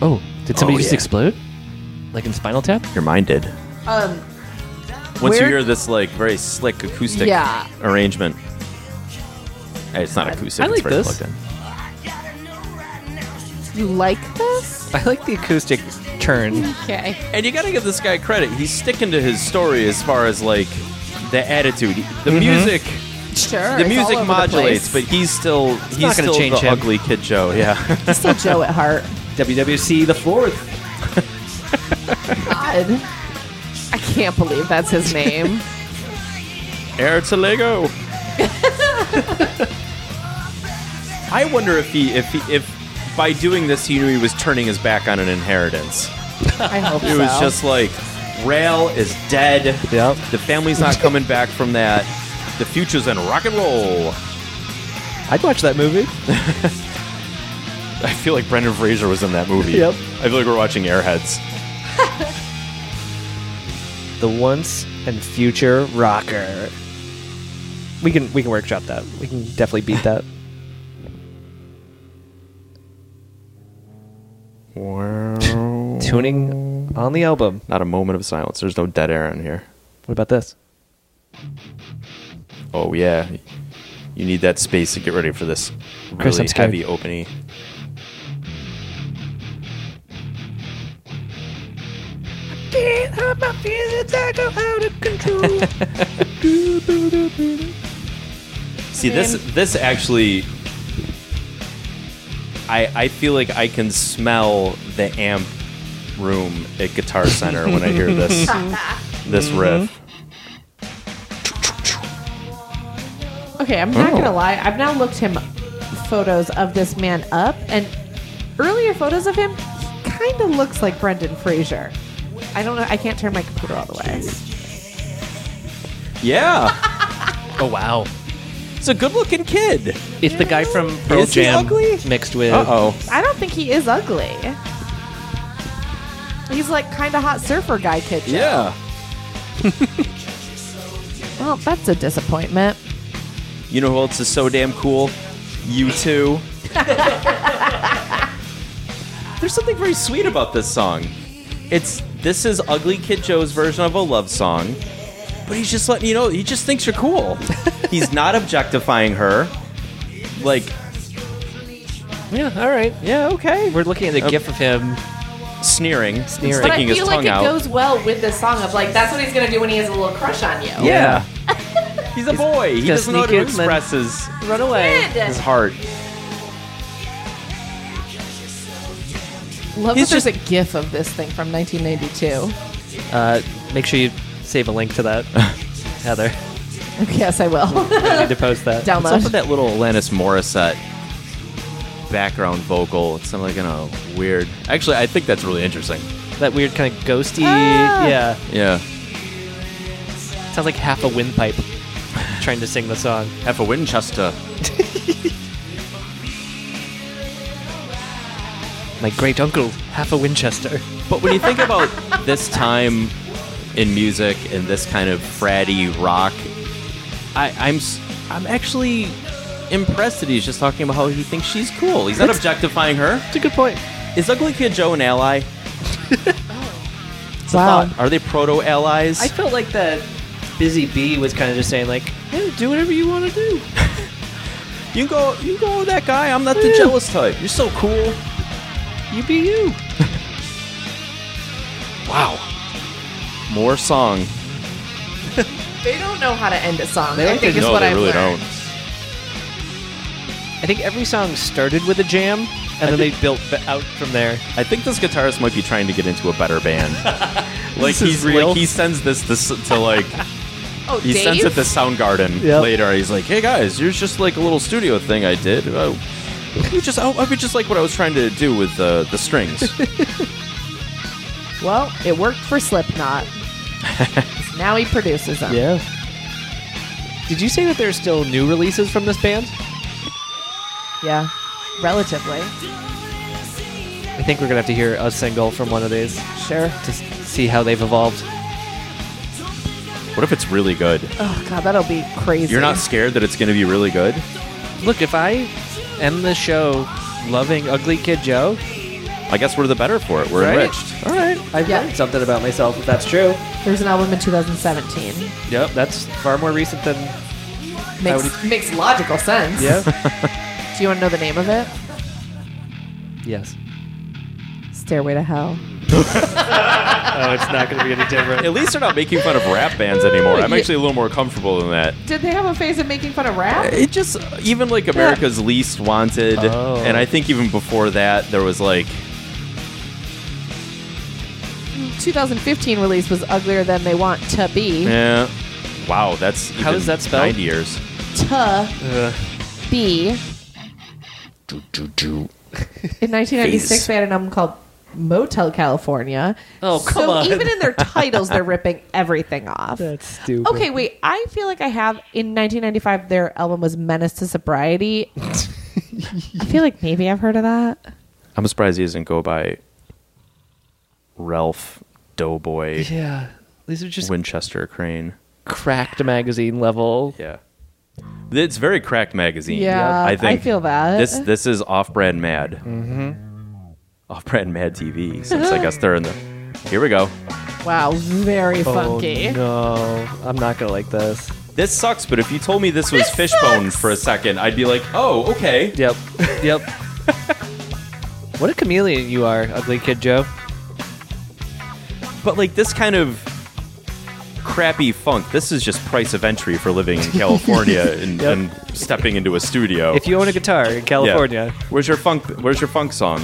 Oh, did somebody Oh, just yeah. explode? Like in Spinal Tap? Your mind did. Um, Once you Where- hear this like very slick acoustic Yeah. arrangement. Hey, It's not acoustic. I it's like very this. plugged in. you like this? I like the acoustic turn. Okay. And you gotta give this guy credit. He's sticking to his story as far as like the attitude. The music Sure. the music modulates, but he's still he's not gonna still change the him. ugly kid Joe, yeah. but he's still Joe at heart. WWC the fourth. God. I can't believe that's his name. Air to Lego. I wonder if he if he, if by doing this he knew he was turning his back on an inheritance. I hope It so. was just like Rail is dead. Yep. The family's not coming back from that. The future's in rock and roll. I'd watch that movie. I feel like Brendan Fraser was in that movie. Yep. I feel like we're watching Airheads. The once and future rocker. We can we can workshop that. We can definitely beat that. Tuning on the album. Not a moment of silence. There's no dead air in here. What about this? Oh yeah. You need that space to get ready for this really Chris, I'm scared. heavy opening. See this this actually I I feel like I can smell the amp room at Guitar Center when I hear this this riff. Mm-hmm. Okay, I'm not Oh. gonna lie. I've now looked him photos of this man up, and earlier photos of him kind of looks like Brendan Fraser. I don't know. I can't turn my computer all the way. Yeah. Oh wow! It's a good looking kid. It's the guy from Pearl Is he Jam ugly? mixed with. Uh oh. I don't think he is ugly. He's like kind of hot surfer guy kid. Joe. Yeah. Well, that's a disappointment. You know who else is so damn cool? You too. There's something very sweet about this song. It's this is Ugly Kid Joe's version of a love song, but he's just letting you know he just thinks you're cool. he's not objectifying her. Like, Yeah. All right. yeah, okay. We're looking at the Oh. gif of him. Sneering, and Sneering. But sticking I his feel like tongue it out. goes well with this song of like that's what he's gonna do when he has a little crush on you. yeah. he's a boy. he gonna doesn't know how sneak to in and- express his, Run away. his heart. Love He's that there's a gif of this thing from 1992. Uh, make sure you save a link to that, Heather. Yes, I will. I need to post that. What's up with Download. that little Alanis Morissette background vocal? It's something like in a weird. Actually, I think that's really interesting. That weird kind of ghosty. Ah. Yeah. Yeah, Sounds like half a windpipe trying to sing the song. half a Winchester. My great uncle, half a Winchester. But when you think about this time in music and this kind of fratty rock, I, I'm s- I'm actually impressed that he's just talking about how he thinks she's cool. He's not objectifying her. That's a good point. Is Ugly Kid Joe an ally? It's a Wow. thought. Are they proto allies? I felt like the busy bee was kind of just saying like, hey, do whatever you want to do. You go, you go with that guy. I'm not the jealous type. You're so cool. You be you. Wow. More song. They don't know how to end a song. I don't think is no, what they I've really learned. I think every song started with a jam, and then they built b- out from there. don't. I think this guitarist might be trying to get into a better band. like This is he's real. like he sends this to, s- to like Oh, he sends it to Soundgarden Yep. later. He's like, hey guys, here's just like a little studio thing I did. I, we just I, I just like what I was trying to do with uh, the strings. Well, it worked for Slipknot. now he produces them. Yeah. Did you say that there's still new releases from this band? Yeah, Relatively. I think we're gonna have to hear a single from one of these Sure. to s- see how they've evolved. what if it's really good? Oh god, that'll be crazy. You're not scared that it's going to be really good? Look, if I end the show loving Ugly Kid Joe, I guess we're the better for it. We're Right. enriched. all right, I've Yeah. learned something about myself. If that's true. There's an album in 2017. Yep, that's far more recent than. Makes would- makes logical sense. Yeah. Do you want to know the name of it? yes. Stairway to Hell. Oh, it's not going to be any different. At least they're not making fun of rap bands anymore. I'm Yeah. actually a little more comfortable than that. Did they have a phase of making fun of rap? It just even like America's Least Wanted, Oh. and I think even before that there was like 2015 release was uglier than they want to be. eh, wow, that's How even is that spelled? Ninety years. To Uh, be. In 1996, Phase. they had an album called Motel California. Oh, come so on. even in their titles, they're ripping everything off. that's stupid. Okay, wait. I feel like I have in 1995. Their album was Menace to Sobriety. I feel like maybe I've heard of that. I'm surprised he doesn't go by Ralph Doughboy Yeah, these are just Winchester Crane. cracked magazine level. Yeah, it's very cracked magazine. Yeah, I think I feel that. this this is off-brand mad. Mm-hmm. Off-brand mad TV. Since I guess they're in the. Here we go. Wow, very Oh funky. no, I'm Oh, not gonna like this. This sucks, but if you told me this was fishbone for a second, I'd be like, oh, okay. Yep. Yep. what a chameleon you are, ugly kid Joe. But like this kind of crappy funk, this is just price of entry for living in California and, Yep. and stepping into a studio. If you own a guitar in Yeah. California, Where's your funk where's your funk song?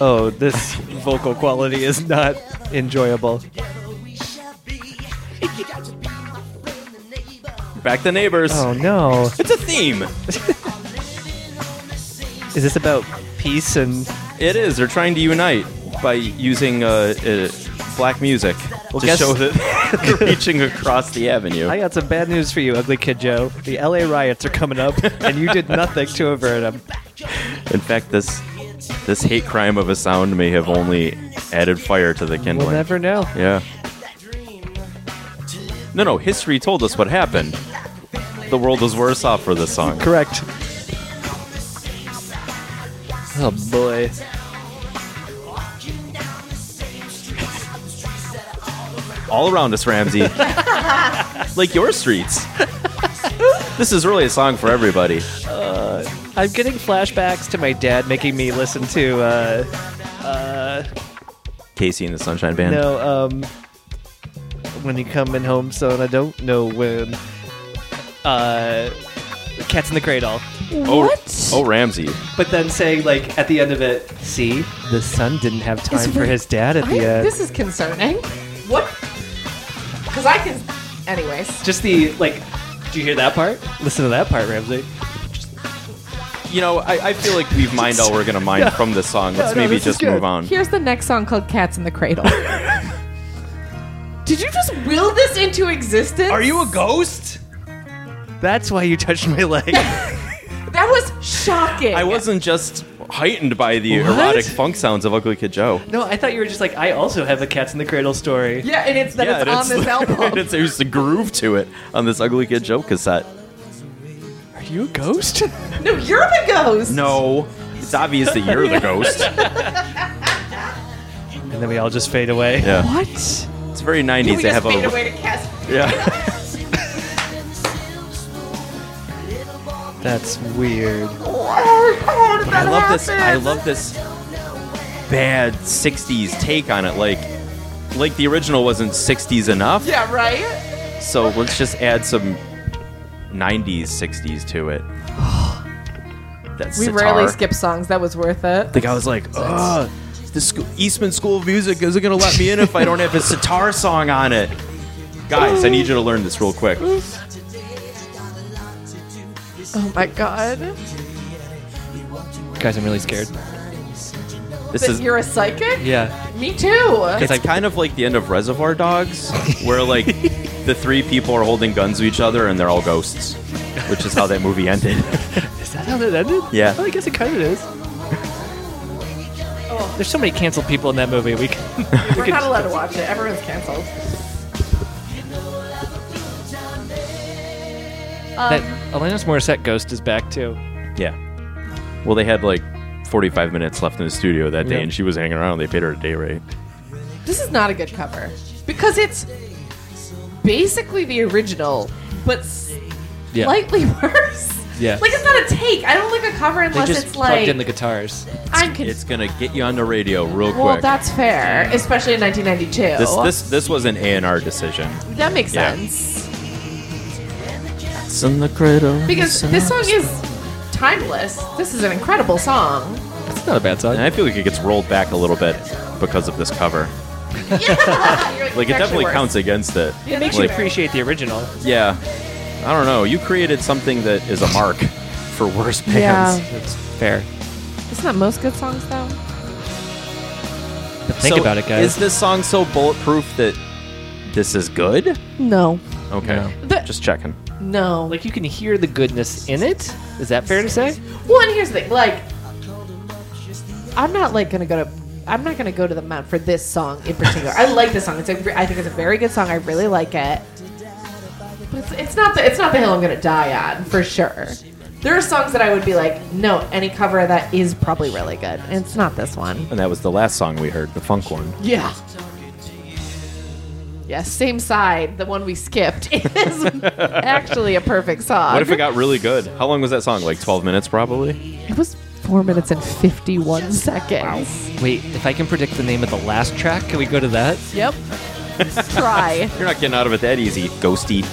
oh, this vocal quality is not enjoyable. Back the neighbors. Oh no. It's a theme. Is this about peace and It is. They're trying to unite by using uh, uh, black music to guess- show that they're reaching across the avenue. I got some bad news for you, ugly kid Joe. The LA riots are coming up, and you did nothing to avert them. In fact, this this hate crime of a sound may have only added fire to the kindling. We'll never know. Yeah. No, no. History told us what happened. The world was worse off for this song. Correct. Oh boy. All around us, Ramsey. like your streets. This is really a song for everybody. I'm getting flashbacks to my dad making me listen to uh Casey and the Sunshine Band. no um when you coming home son I don't know when uh Cats in the Cradle. Oh, oh, Ramsey. But then saying like at the end of it, See, the son didn't have time for really- his dad at I, the end. This is concerning. What? Because I can. Anyways, just the like. Do you hear that part? Listen to that part, Ramsey. You know, I, I feel like we've mined all we're gonna mine from this song. Let's no, maybe this is just good. move on. here's the next song called "Cats in the Cradle." Did you just will this into existence? Are you a ghost? That's why you touched my leg. That was shocking. I wasn't just heightened by the erotic funk sounds of Ugly Kid Joe. no, I thought you were just like I also have a Cats in the Cradle story. Yeah, and it's that it's and on this album. and it's, there's a groove to it on this Ugly Kid Joe cassette. Are you a ghost? no, you're the ghost. No, it's obvious that you're the ghost. and then we all just fade away. Yeah, What? it's very We 90s. just They have fade a away to cast. yeah. That's weird. Oh, how did I that love this. I happen? love this bad 60s take on it. Like, like the original wasn't 60s enough. Yeah, right. So let's just add some 90s, 60s to it. That's We rarely skip songs. That was worth it. The guy was like, ugh. The school, Eastman School of Music isn't gonna let me in if I don't have a sitar song on it. Guys, I need you to learn this real quick. Oh my god. Guys, I'm really scared. This That is you're a psychic? Yeah. Me too. it's kind of like the end of Reservoir Dogs, where like the three people are holding guns to each other and they're all ghosts, which is how that movie ended. Is that how that ended? Yeah. Well, I guess it kind of is. There's so many canceled people in that movie. We can, Oh. We're not allowed to watch it. Everyone's canceled. that Alanis Morissette ghost is back too. yeah. Well, they had like 45 minutes left in the studio that day, Yeah. and she was hanging around. They paid her a day rate. This is not a good cover because it's basically the original, but Yeah. slightly worse. Yeah. Like it's not a take. I don't like a cover they unless just it's plugged like in the guitars. I'm con- It's gonna get you on the radio real well, Oh. quick. that's fair, especially in 1992. this this this was an A and R decision. that makes yeah. sense It's in the cradle. because this song is timeless. This is an incredible song. It's not a bad song. And I feel like it gets rolled back a little bit because of this cover. Yeah, You're Like "It's it definitely actually worse." counts against it. Yeah, It makes that's you fair. appreciate the original. Yeah. I don't know. You created something that is a mark for worse bands. Yeah, It's fair. it's not most good songs though. But think So, about it, guys. Is this song so bulletproof that this is good? No, Okay. The- Just checking. no. like you can hear the goodness in it. Is that fair to say? Well, and here's the thing, like, I'm not like gonna go to. I'm not gonna go to the mountain for this song in particular. I like this song. It's a, I think it's a very good song. I really like it. But it's, it's not the it's not the hill I'm gonna die on for sure. There are songs that I would be like, no, any cover of that is probably really good. And it's not this one. And that was the last song we heard, the funk one. Yeah. Yes, same side. The one we skipped is actually a perfect song. What if it got really good? How long was that song? Like 12 minutes, probably? It was four minutes and fifty-one seconds. Wait, if I can predict the name of the last track, can we go to that? Yep. Try. You're not getting out of it that easy, ghosty.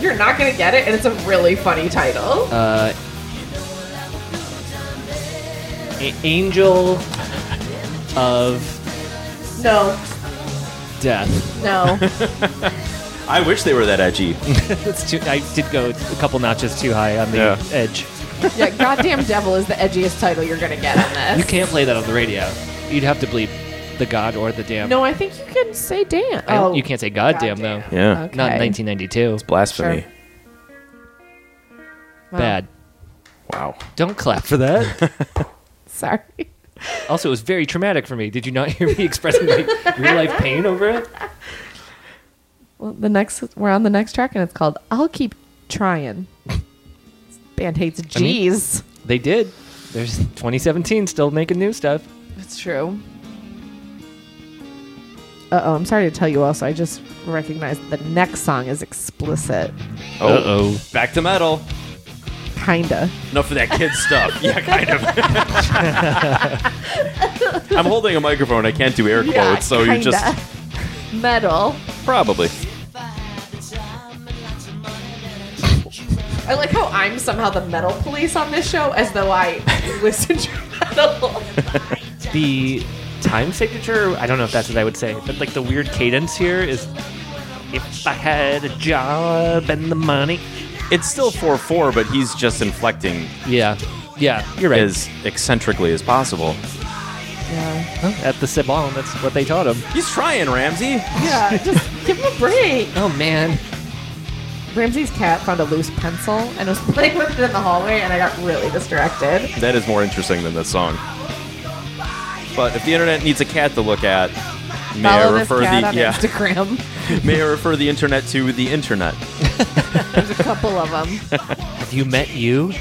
You're not gonna get it, and it's a really funny title. Uh, A- Angel of no, Death. no. I wish they were that edgy. That's too, I did go a couple notches too high on the Yeah. edge. yeah, goddamn devil is the edgiest title you're gonna get on this. You can't play that on the radio. You'd have to bleep the God or the damn. No, I think you can say damn. I don't- you can't say goddamn, goddamn. though. Yeah. Oh, Okay. Not in 1992. Blasphemy. Sure. Wow. Bad. Wow. Don't clap for that. Sorry. also, it was very traumatic for me. Did you not hear me expressing like real life pain over it? Well, the next we're on the next track, and it's called "I'll Keep Trying." Band hates mean- G's. They did. There's 2017 still making new stuff. That's true. Uh oh, I'm sorry to tell you also, I just recognized the next song is explicit. Oh. Back to metal. Kinda. Enough of that kid stuff. Yeah, kind of. I'm holding a microphone. I can't do air quotes, Oh, so you just Metal. probably. I like how I'm somehow the metal police on this show, as though I listen to metal. The time signature, I don't know if that's what I would say, but like the weird cadence here is if I had a job and the money. It's still four four, but he's just inflecting Yeah. Yeah, you're right. as eccentrically as possible. Yeah. At the Ciblon, that's what they taught him. He's trying, Ramsey. Yeah, just give him a break. Oh, man. Ramsey's cat found a loose pencil and was playing with it in the hallway, and I got really distracted. That is more interesting than this song. But if the internet needs a cat to look at, may Follow I this refer cat the on yeah, Instagram. may I refer the internet to the internet. There's a couple of them. Have you met you?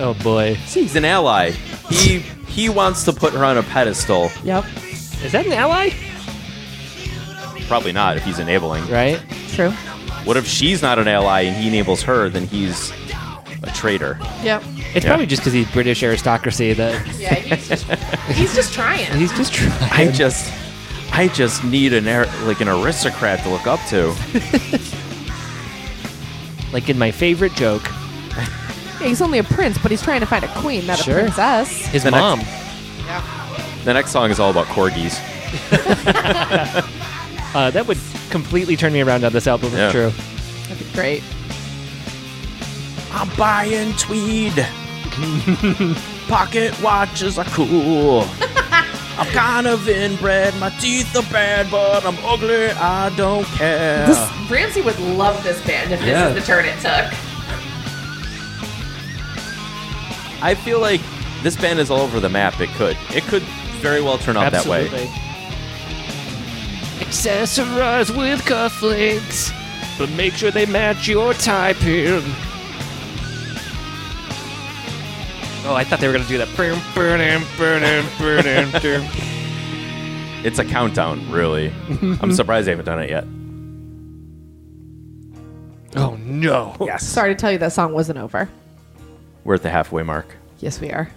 oh, boy. He's an ally. He he wants to put her on a pedestal. Yep. Is that an ally? Probably not if he's enabling. Right? True. What if she's not an ally and he enables her? Then he's a traitor. Yep. It's Yeah. probably just because he's British aristocracy that Yeah, he's just he's just trying. he's just trying. I just I just need an ar- like an aristocrat to look up to. like in my favorite joke, Yeah, he's only a prince, but he's trying to find a queen, not Sure. a princess. his The next- mom. The next song is all about corgis. Uh, that would completely turn me around on this album. Yeah. It's true. That'd be great. I'm buying tweed. Pocket watches are cool. I'm kind of inbred. My teeth are bad, but I'm ugly. I don't care. This, Ramsey would love this band if Oh. Yeah. this is the turn it took. I feel like this band is all over the map. It could it could very well turn out that way. Accessorize with cufflinks, but make sure they match your tie pin. Oh, I thought they were gonna do that. Boom, boom, boom, boom, boom, boom. It's a countdown, really. I'm surprised they haven't done it yet. Oh no! Yes, Sorry to tell you that song wasn't over. we're at the halfway mark. Yes, we are.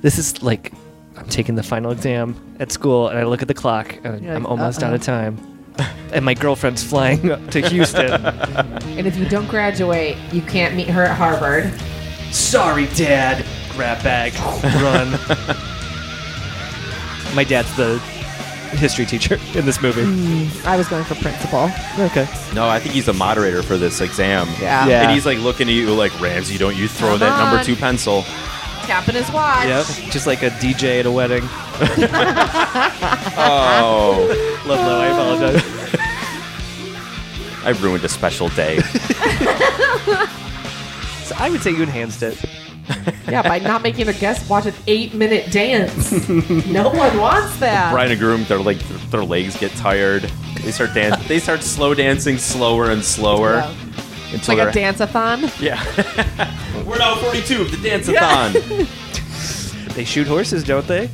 This is like I'm taking the final exam at school, and I look at the clock, and You're I'm like, almost out uh-oh. of time. and my girlfriend's flying up to Houston. And if you don't graduate, you can't meet her at Harvard. Sorry, Dad. Grab bag, run. My dad's the history teacher in this movie. I was going for principal. Mm, Okay. No, I think he's the moderator for this exam. Yeah. Yeah. And he's like looking at you like, Ramsey, don't you Come throw that number on. two pencil. Tapping his watch. Yep. Just like a DJ at a wedding. Oh, Ludlow, I apologize. I ruined a special day. So I would say you enhanced it. Yeah, by not making a guest watch an eight minute dance. no one wants that. Brian and Groom, their like their legs get tired. They start dan- they start slow dancing slower and slower Yeah. It's until like a they're dance a thon. yeah. We're now 42 of the dance-a-thon. They shoot horses, don't they?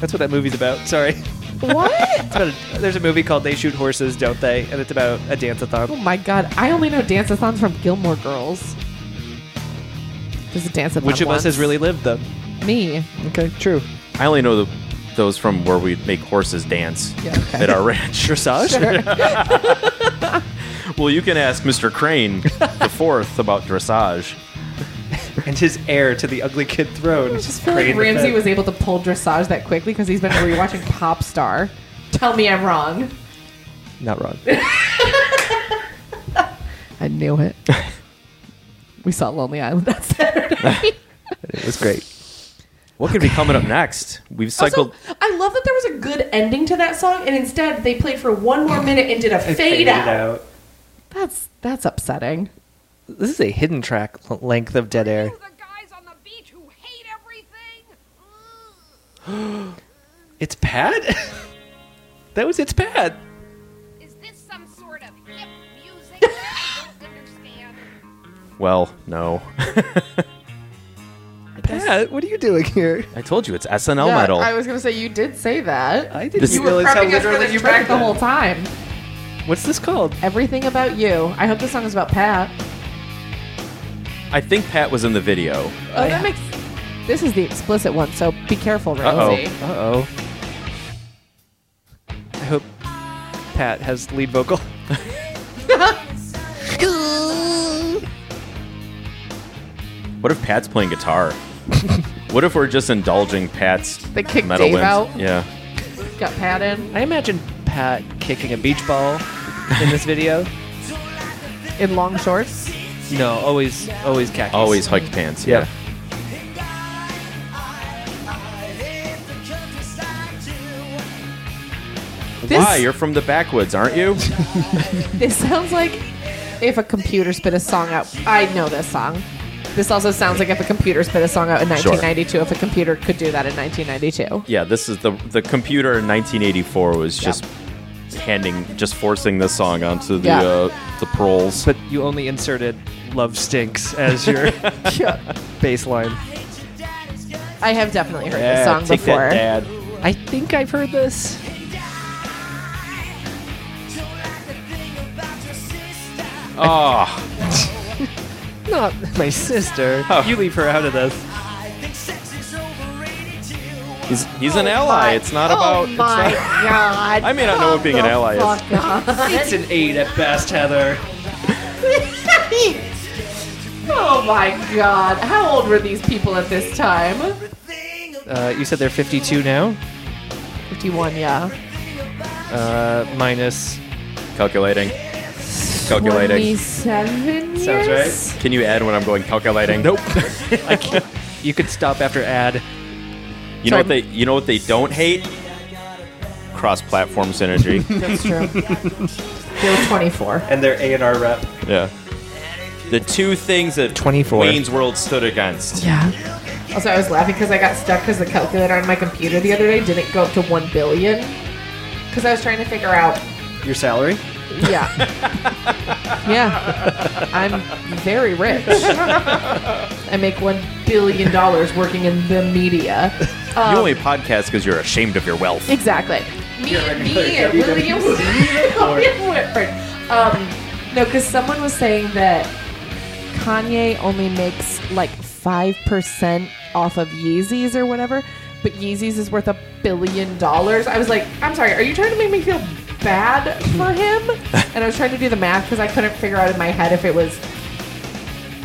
That's what that movie's about. Sorry. What? It's about a- there's a movie called They Shoot Horses, Don't They? And it's about a Oh dance-a-thon. my god, I only know dance-a-thons from Gilmore Girls. There's a dance-a-thon. Which of us has once. really lived them? me? Okay, true. I only know the, those from where we make horses dance Yeah, okay. at our ranch. Dressage? well, you can ask Mr. Crane the fourth about dressage. And his heir to the ugly kid throne. I just feel like Ramsey was able to pull dressage that quickly because he's been rewatching Pop Star. Tell me I'm wrong. Not wrong. I knew it. we saw Lonely Island that Saturday. It was great. What could be coming up next? We've cycled. also, I love that there was a good ending to that song, and instead they played for one more minute and did a fade, out. That's that's upsetting. This is a hidden track l- length of dead air. You, the guys on the beach who hate everything. Ugh. It's Pat? that was It's Pat. Is this some sort of hip music that I don't understand? well, no. Pat, what are you doing here? I told you it's SNL Yeah, metal. I was gonna say you did say that. Oh, I didn't This- you were realize how prepping us for literally this you track read the that. whole time. What's this called? Everything about you. I hope this song is about Pat. I think Pat was in the video. Oh, that makes. This is the explicit one, so be careful, Uh-oh. Rosie. Uh oh. I hope Pat has lead vocal. What if Pat's playing guitar? what if we're just indulging Pat's They kicked metal Dave whims? out. Yeah. Got Pat in I imagine Pat kicking a beach ball in this video. in long shorts. No, always, always khakis. Always hiked pants. Yeah. Yeah. Why? This You're from the backwoods, aren't you? this sounds like if a computer spit a song out. I know this song. This also sounds like if a computer spit a song out in Sure. 1992. If a computer could do that in 1992. yeah. This is the the computer in 1984 was just handing, just forcing this song onto the Yeah. uh, the proles. But you only inserted "Love Stinks" as your baseline. I have definitely heard Yeah, this song take before. that, Dad. I think I've heard this. Oh, Not my sister. You leave her out of this. he's, he's an ally. It's not about. It's Oh My not, God. I may not know what being an ally is. It's an eight at best, Heather. oh my God. How old were these people at this time? Uh, you said they're 52 now, 51, yeah. uh, minus Calculating. Calculating. 27 years? Sounds right. Can you add when I'm going calculating? Nope. You could stop after ad. You know what they you know what they don't hate? Cross platform synergy. That's true. they were 24. And their A and R rep. yeah. The two things that 24. Wayne's World stood against. Yeah. Also, I was laughing because I got stuck because the calculator on my computer the other day didn't go up to 1 billion. Because I was trying to figure out. Your salary? Yeah. yeah. I'm very rich. I make $1 billion working in the media. You only podcast because you're ashamed of your wealth. Exactly. Me, me and William, William Whitford. Um, no, because someone was saying that Kanye only makes like 5% off of Yeezys or whatever, but Yeezys is worth a billion dollars. I was like, I'm sorry, are you trying to make me feel bad for him? and I was trying to do the math because I couldn't figure out in my head if it was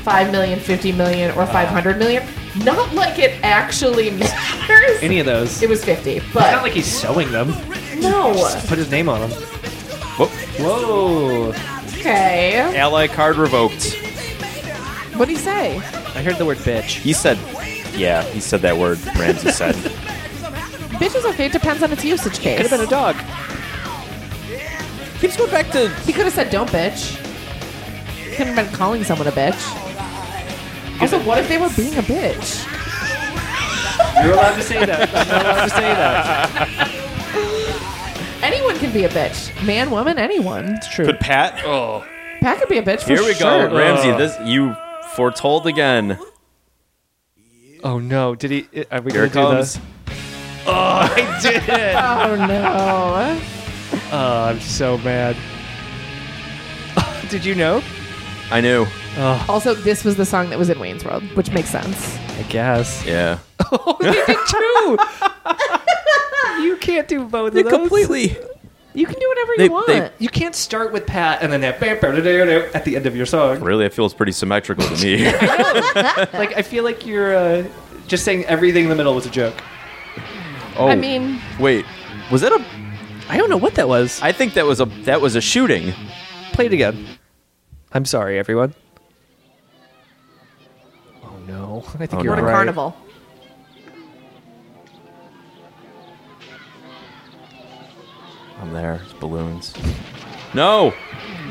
5 million, 50 million, or 500 million. Not like it actually matters. Any of those? It was 50, It's not but like he's sewing them. no. Put his name on them. Whoop. Whoa! Okay. Ally card revoked. What'd he say? I heard the word bitch. He said Yeah, he said that word, Ramsey said. Bitch is okay. It depends on its usage case. Could have been a dog. Keeps going back to he could have said, don't bitch. Could have been calling someone a bitch. Also, what if they were being a bitch? You're allowed to say that. I'm not allowed to say that. Anyone can be a bitch. Man, woman, anyone. It's true. But Pat. Oh. Uh, Pat could be a bitch for Here we sure. go. Ramsey, this you foretold again. Oh no! Did he? Are we Here gonna it comes. do this? I did it! Oh no. Oh, I'm so mad. did you know? I knew. also, this was the song that was in Wayne's World, which makes sense. I guess. Yeah. You can't do both of those. Completely. You can do whatever They- you want. they- You can't start with Pat and then that bam, bam, da, da, da, at the end of your song. Really, it feels pretty symmetrical to me. Like I feel like you're uh, just saying everything in the middle was a joke. oh, I mean, wait. Was that a? I don't know what that was. I think that was a that was a shooting. Play it again. I'm sorry, everyone. Oh no! I think Oh, you're what a right. carnival. I'm there. It's balloons. No.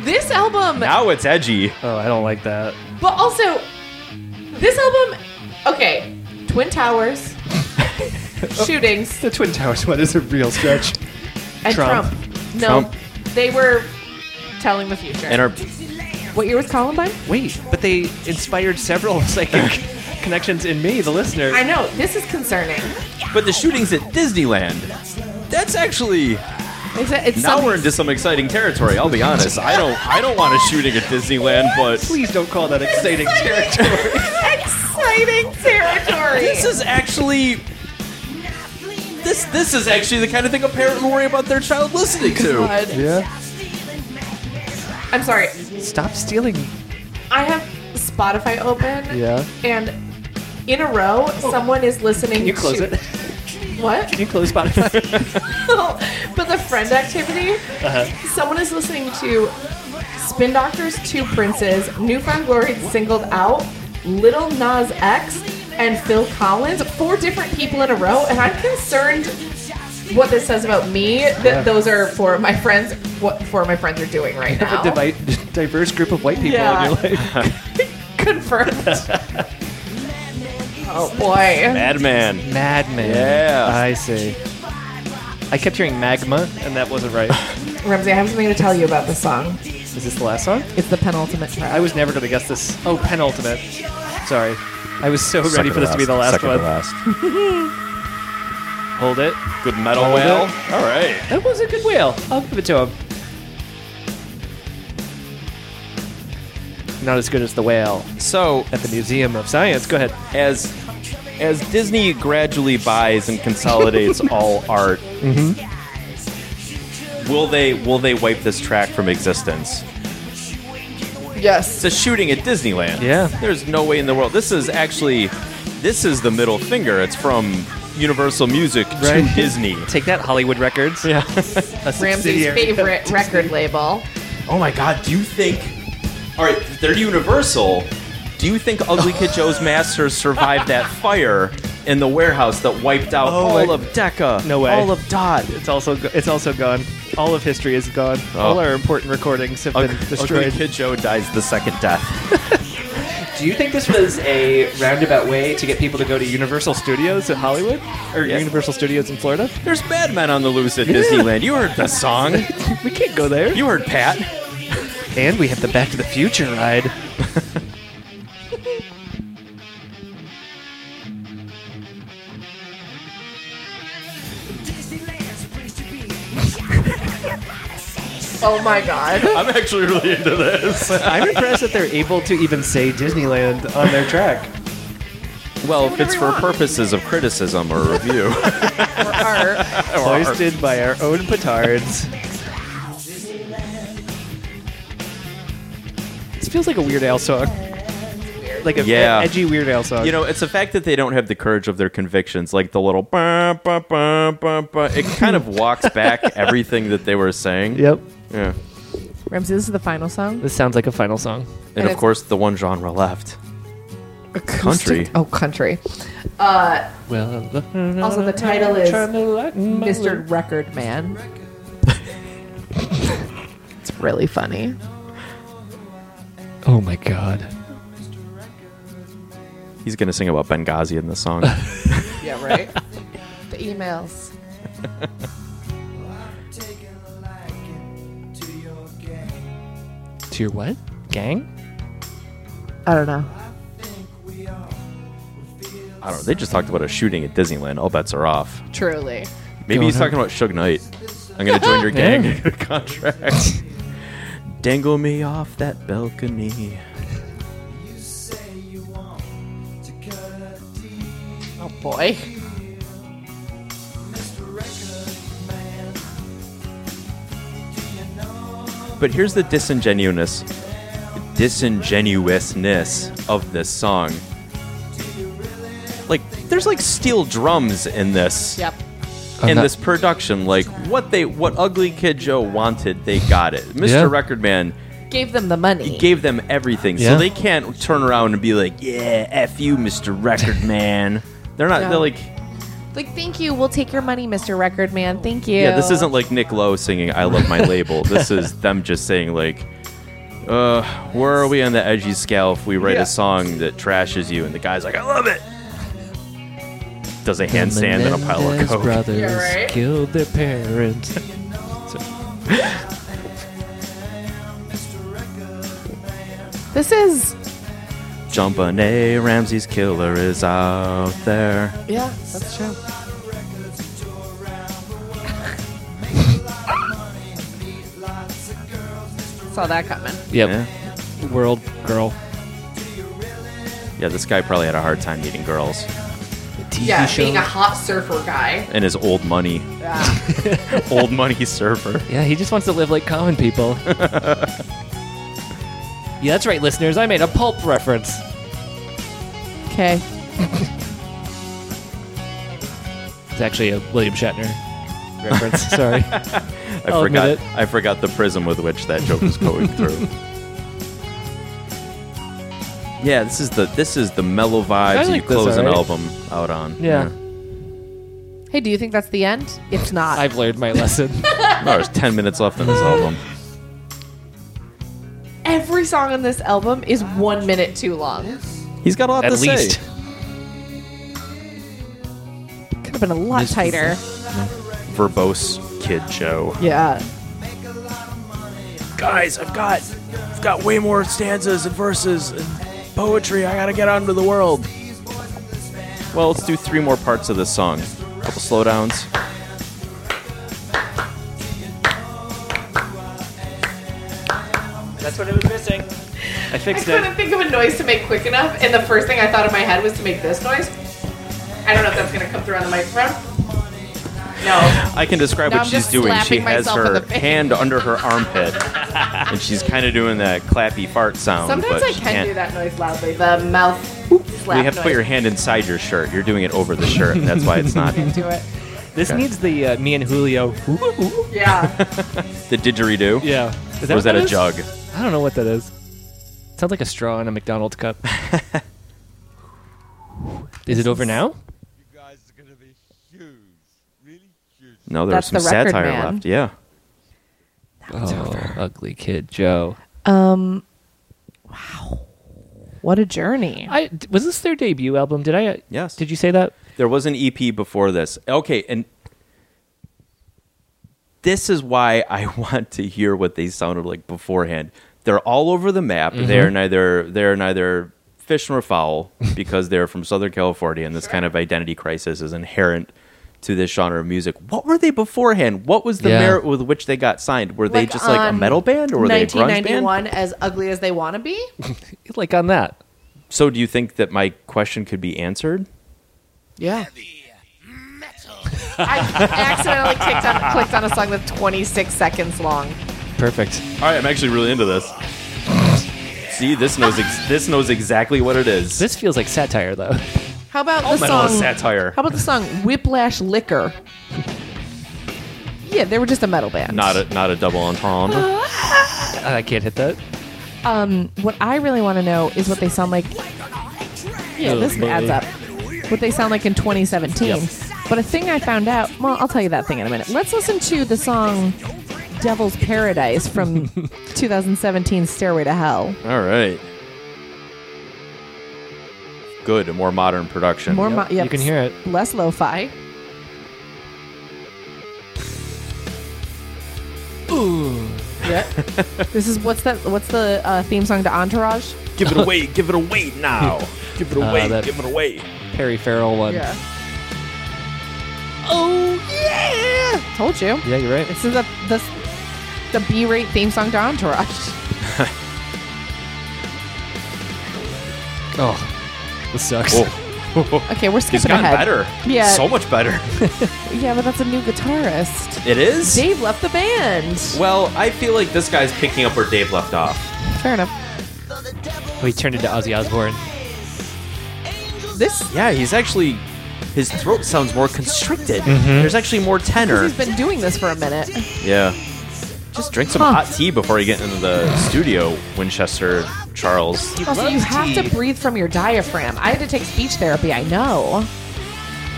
This album, Now it's edgy. Oh, I don't like that. but also, this album, okay, Twin Towers, shootings, The Twin Towers one is a real stretch. and Trump. Trump. No, Trump. they were telling the future. And our what year was Columbine? Wait, but they inspired several psychic connections in me, the listener. I know this is concerning. but the shootings at Disneyland. That's actually It's, it's now some- we're into some exciting territory. I'll be honest. I don't I don't want a shooting at Disneyland, but Please don't call that exciting territory. exciting territory. this is actually this this is actually the kind of thing a parent would worry about their child listening to. God. I'm sorry. Stop stealing. I have Spotify open. Yeah. And in a row, someone is listening. Can you close to, it? What? Can you close Spotify? but the friend activity. Uh-huh. Someone is listening to Spin Doctors, Two Princes, Newfound Glory, Singled Out, Little Nas X, and Phil Collins. Four different people in a row, and I'm concerned what this says about me that those are four of my friends. What four of my friends are doing right now? Divi- diverse group of white people in Yeah. your life. Confirmed. oh boy. Madman. Madman. Yeah. I see. I kept hearing magma, and that wasn't right. Ramsey, I have something to tell you about this song. Is this the last song? It's the penultimate I track. was never going to guess this. Oh, penultimate. Sorry. I was so ready Second for this to be the last second one. to last. Hold it. Good metal Hold whale. it. All right. That was a good whale. I'll give it to him. Not as good as the whale So at the Museum of Science. Go ahead. as as Disney gradually buys and consolidates all art, Mm-hmm. will they will they wipe this track from existence? Yes. It's a shooting at Disneyland. Yeah. there's no way in the world. This is actually this is the middle finger. It's from Universal Music to Right. Disney. Take that, Hollywood Records. Yeah. Ramsey's favorite record label. Oh my God! Do you think? All right, they're Universal. Do you think Ugly Kid Joe's Masters survived that fire in the warehouse that wiped out Oh, I- all of Decca? No way. All of Dodd. It's also go- it's also gone. All of history is gone. All our important recordings have been destroyed. Ugly Kid Joe dies the second death. Do you think this was a roundabout way to get people to go to Universal Studios in Hollywood or Yes. Universal Studios in Florida? There's madmen on the loose at Disneyland. You heard the song. We can't go there. You heard Pat. And we have the Back to the Future ride. Oh my god. I'm actually really into this. I'm impressed that they're able to even say Disneyland on their track. Well, if it's for purposes of criticism or review. Hoisted by our own petards. This feels like a Weird Al song. Like a Yeah. edgy Weird Al song. You know, it's the fact that they don't have the courage of their convictions, like the little bah, bah, bah, bah, bah. it kind of walks back everything that they were saying. Yep. Yeah. Ramsey, this is the final song. This sounds like a final song. And, And of it's- course, the one genre left. Country. Uh, Oh, country. Well, Also, the title is Mr. Mr. Record Man. it's really funny. Oh my God. He's going to sing about Benghazi in this song. Yeah, right? the emails. To your what? Gang? I don't know. I don't know. They just talked about a shooting at Disneyland. All bets are off. Truly. Maybe Go he's ahead. talking about Suge Knight. I'm gonna join your gang and get a contract. Dangle me off that balcony. Oh boy. But here's the disingenuousness, disingenuousness of this song. Like, there's like steel drums in this, Yep. in not- this production. Like, what they, what Ugly Kid Joe wanted, they got it. Mr. Yeah. Record Man Gave them the money. gave them everything, Yeah. so they can't turn around and be like, "Yeah, f you, Mr. Record Man." They're not. No. They're like, like, thank you. We'll take your money, Mr. Record Man. Thank you. Yeah, this isn't like Nick Lowe singing "I Love My Label." this is them just saying like, "Uh, where are we on the edgy scale if we write Yeah. a song that trashes you?" And the guy's like, "I love it." Does a handstand and a pile of Menendez coke. brothers Yeah, right. killed their parents. This is. Jumpin' Ramsey's killer is out there. Yeah, that's true. Saw that coming. Yep. Yeah. World girl. yeah, this guy probably had a hard time meeting girls TV hot surfer guy. and his old money, Ah. Yeah. old money surfer. Yeah, he just wants to live like common people. yeah, that's right, listeners. I made a pulp reference. Okay. It's actually a William Shatner reference. Sorry. I I'll admit forgot. it. I forgot the prism with which that joke was going through. Yeah, this is the this is the mellow vibes that you like this, close an alright. album out on. Yeah. Hey, do you think that's the end? If not, I've learned my lesson. Yeah. No, there's ten minutes left on this album. every song on this album is one minute too long. He's got a lot At to least. say. Could have been a lot tighter. Verbose kid Joe. Yeah. Guys, I've got, I've got way more stanzas and verses and poetry. I gotta get out into the world. Well, let's do three more parts of this song. A couple slowdowns. That's what it was missing. I I fixed it. couldn't think of a noise to make quick enough, and the first thing I thought in my head was to make this noise. I don't know if that's gonna come through on the microphone. Oh, No. I can describe Now what I'm she's just doing. She slapping has myself in her the face. hand under her armpit, and she's kind of doing that clappy fart sound. Sometimes but I she can can't. do that noise loudly. The mouth whoop, slap. You have to put your noise. hand inside your shirt. You're doing it over the shirt, and that's why it's not Do it. This Okay. needs the uh, me and Julio. Yeah. the didgeridoo. Yeah. Or is that what a jug? I don't know what that is. Sounds like a straw in a McDonald's cup. is it over now? No, there That's was some the record satire man. left. Yeah. Oh, ugly kid Joe. Um. Wow. What a journey. I d- was this their debut album? Did I? uh, Yes. Did you say that? There was an EP before this. Okay, and this is why I want to hear what they sounded like beforehand. They're all over the map. They're neither they're neither fish nor fowl because they're from Southern California, and this kind of identity crisis is inherent to this genre of music. What were they beforehand? What was the Yeah. merit with which they got signed? Were they Like just like a on metal band, or were they a grunge band? 1991, as ugly as they want to be. Like on that? So, do you think that my question could be answered? Yeah. I accidentally clicked on, clicked on a song that's 26 seconds long. Perfect. All right, I'm actually really into this. See, this knows ex- this knows exactly what it is. This feels like satire, though. How about the metal song? is satire, How about the song Whiplash Liquor? Yeah, they were just a metal band. not a not a double entendre. I can't hit that. Um, what I really want to know is what they sound like. Yeah, Oh, this Okay. adds up. What they sound like in 2017. Yep. But a thing I found out. Well, I'll tell you that thing in a minute. Let's listen to the song "Devil's Paradise" from 2017 "Stairway to Hell." All right, good, a more modern production. More, mo- yep, You can hear it. Less lo-fi. Ooh. Yeah. this is what's that? What's the uh, theme song to Entourage? Give it away. give it away now. Give it Uh, away. that- give it away. Perry Farrell one. Yeah. Oh yeah! Told you. Yeah, you're right. This is a this the B-rate theme song to Entourage. Oh, this sucks. Okay, we're skipping He's Oh, gotten ahead. better. Yeah. So much better. Yeah, but that's a new guitarist. It is? Dave left the band. Well, I feel like this guy's picking up where Dave left off. Fair enough. We turned into Ozzy Osbourne. This Yeah, he's actually. His throat sounds more constricted. There's actually more tenor. Mm-hmm. he's been doing this for a minute. Yeah. Just drink some Huh. hot tea before you get into the studio, Winchester Charles. Also, you have to breathe from your diaphragm. I had to take speech therapy, I know.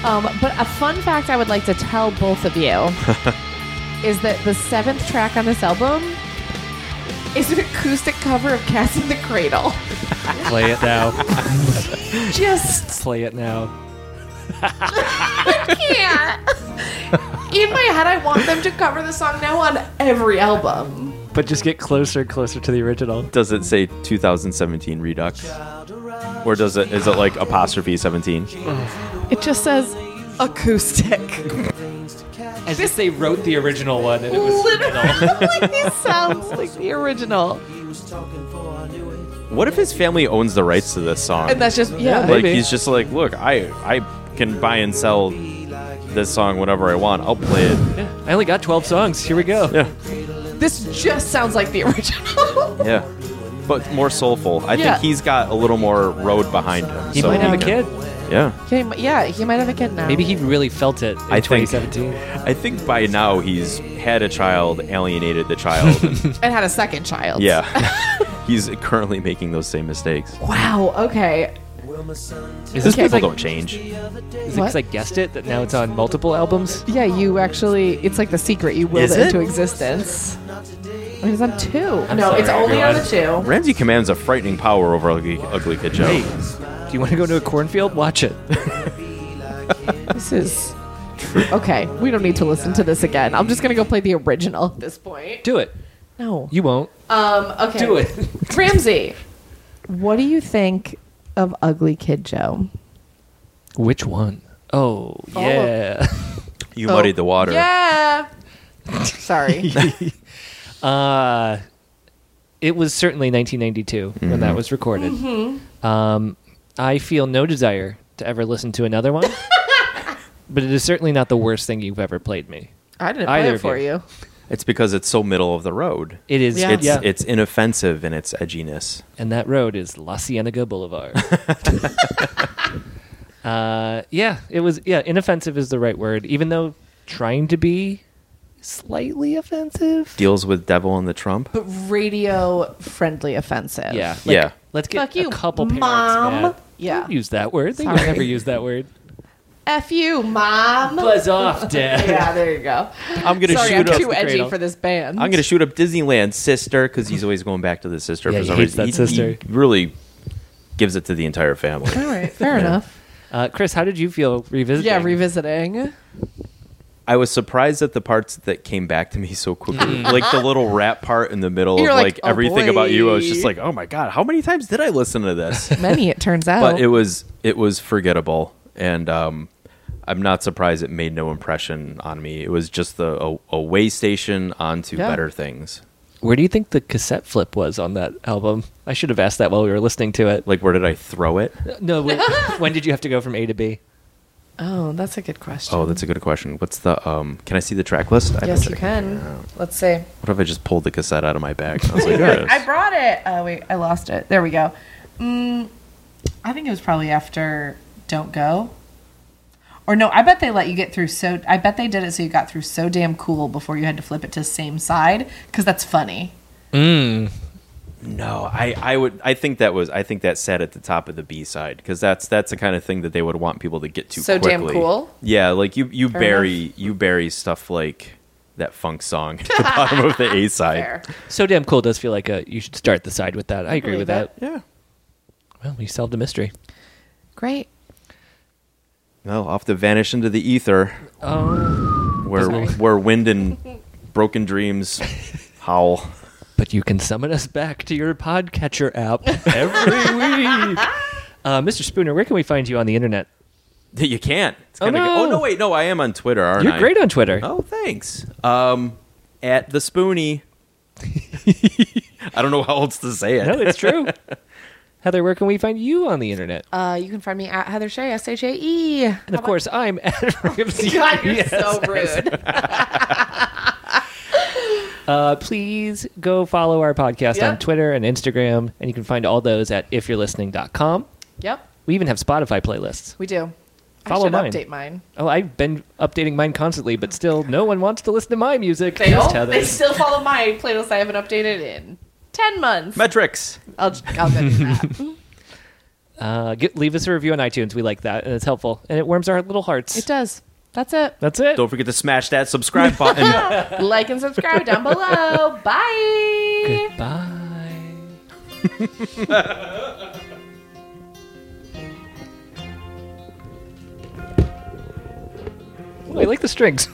Um, but a fun fact I would like to tell both of you is that the seventh track on this album is an acoustic cover of Cats in the Cradle. Play it now. Just Play it now. can't. In my head, I want them to cover the song now on every album. But just get closer and closer to the original. Does it say 2017 Redux? Or does it is it like apostrophe 17? It just says acoustic. As if they wrote the original one and it was Literally, like these sounds like the original. What if his family owns the rights to this song? And that's just, yeah. like he's just like, look, I I can buy and sell this song whenever I want. I'll play it. I only got 12 songs. Here we go. Yeah. This just sounds like the original. Yeah. But more soulful. I Yeah. think he's got a little more road behind him. He so might have a he kid. can- Yeah. Okay, m- yeah, he might have a kid now. Maybe he really felt it in I think- 2017. I think by now he's had a child, alienated the child. and- and had a second child. yeah. he's currently making those same mistakes. Wow. Okay. Is this Okay. because People I, don't change. is it 'cause I guessed it that now it's on multiple albums? Yeah, you actually. It's like the secret. You willed Is it, it? into existence. I mean, it's on 2 no, sorry, it's only on the two. Ramsey commands a frightening power over Ugly, ugly Kid Joe. Hey, do you want to go to a cornfield? Watch it. This is. Okay, we don't need to listen to this again. I'm just gonna go play the original at this point. Do it. No. You won't. Um. Okay. Do it. Ramsey. What do you think of Ugly Kid Joe? Which one? Oh, of- yeah. You muddied the water. Oh. Yeah. Sorry. Uh, it was certainly 1992 when Mm-hmm. that was recorded. Um, I feel no desire to ever listen to another one, but it is certainly not the worst thing you've ever played me. I didn't play Either it of for you. you. It's because it's so middle of the road. It is, Yeah. yeah. It's it's inoffensive in its edginess. and that road is La Cienega Boulevard. uh, yeah, it was. Yeah, inoffensive is the right word, even though trying to be slightly offensive. Deals with devil and the Trump. but radio friendly offensive. Yeah, like, Yeah. Let's get Fuck you, a couple parents Mom. mad. Yeah. Don't use that word. They Sorry. would never use that word. F you, mom. Buzz off, Dad. yeah, there you go. I'm gonna Sorry, I'm shoot too up. edgy cradle. for this band. I'm gonna shoot up Disneyland, sister, because he's always going back to the sister Yeah, for he some hates reason. that sister. He really gives it to the entire family. All right, fair enough. Uh, Chris, how did you feel revisiting? Yeah, revisiting. I was surprised at the parts that came back to me so quickly, like the little rap part in the middle Mm. You're of like, like, "Oh, everything boy." about you. I was just like, oh my god, how many times did I listen to this? Many, it turns out. but it was it was forgettable, and um, I'm not surprised it made no impression on me. It was just the a, a way station onto Yeah. better things. Where do you think the cassette flip was on that album? I should have asked that while we were listening to it. Like, where did I throw it? Uh, No, when, when did you have to go from A to B? oh, that's a good question. Oh, that's a good question. What's the um? Can I see the track list? I yes, bet you I can. Let's see. What if I just pulled the cassette out of my bag? I was like, "Yeah, I brought it. Oh wait, I lost it. There we go. Mm, I think it was probably after "Don't Go," or no, I bet they let you get through. So I bet they did it so you got through "So Damn Cool" before you had to flip it to "Same Side" because that's funny. No, I, I would I think that was I think that sat at the top of the B side because that's that's the kind of thing that they would want people to get to. So damn quickly. cool? Yeah, like you you Fair bury you bury stuff like that funk song at the bottom of the A side. So damn cool does feel like a. You should start the side with that. I agree believe with that. Yeah. Well, we solved a mystery. Great. Well, off to vanish into the ether Oh. where Doesn't- where wind and broken dreams howl. But you can summon us back to your podcatcher app every week. Uh, Mr. Spooner, where can we find you on the internet? You can't. It's Oh, gonna go- no. oh no! Wait, no, I am on Twitter, aren't You're I? great on Twitter. Oh, thanks. Um, at the Spoonie. I don't know how else to say it. No, it's true. Heather, where can we find you on the internet? Uh, you can find me at Heather Shea, S H A E. and of course, I'm at Ramsey. God, you're Yes. so rude. Uh, please go follow our podcast Yeah. on Twitter and Instagram, and you can find all those at ifyou'relistening.com. yep, We even have Spotify playlists. we do. Follow I should mine. update mine. Oh, I've been updating mine constantly, but still, no one wants to listen to my music. They Just don't. Heather. They still follow my playlist. I haven't updated in ten months. Metrics. I'll I'll go do that. Uh, get, leave us a review on iTunes. We like that, and it's helpful, and it warms our little hearts. it does. That's it. That's it. Don't forget to smash that subscribe button. Like and subscribe down below. Bye. Goodbye. oh, I like the strings.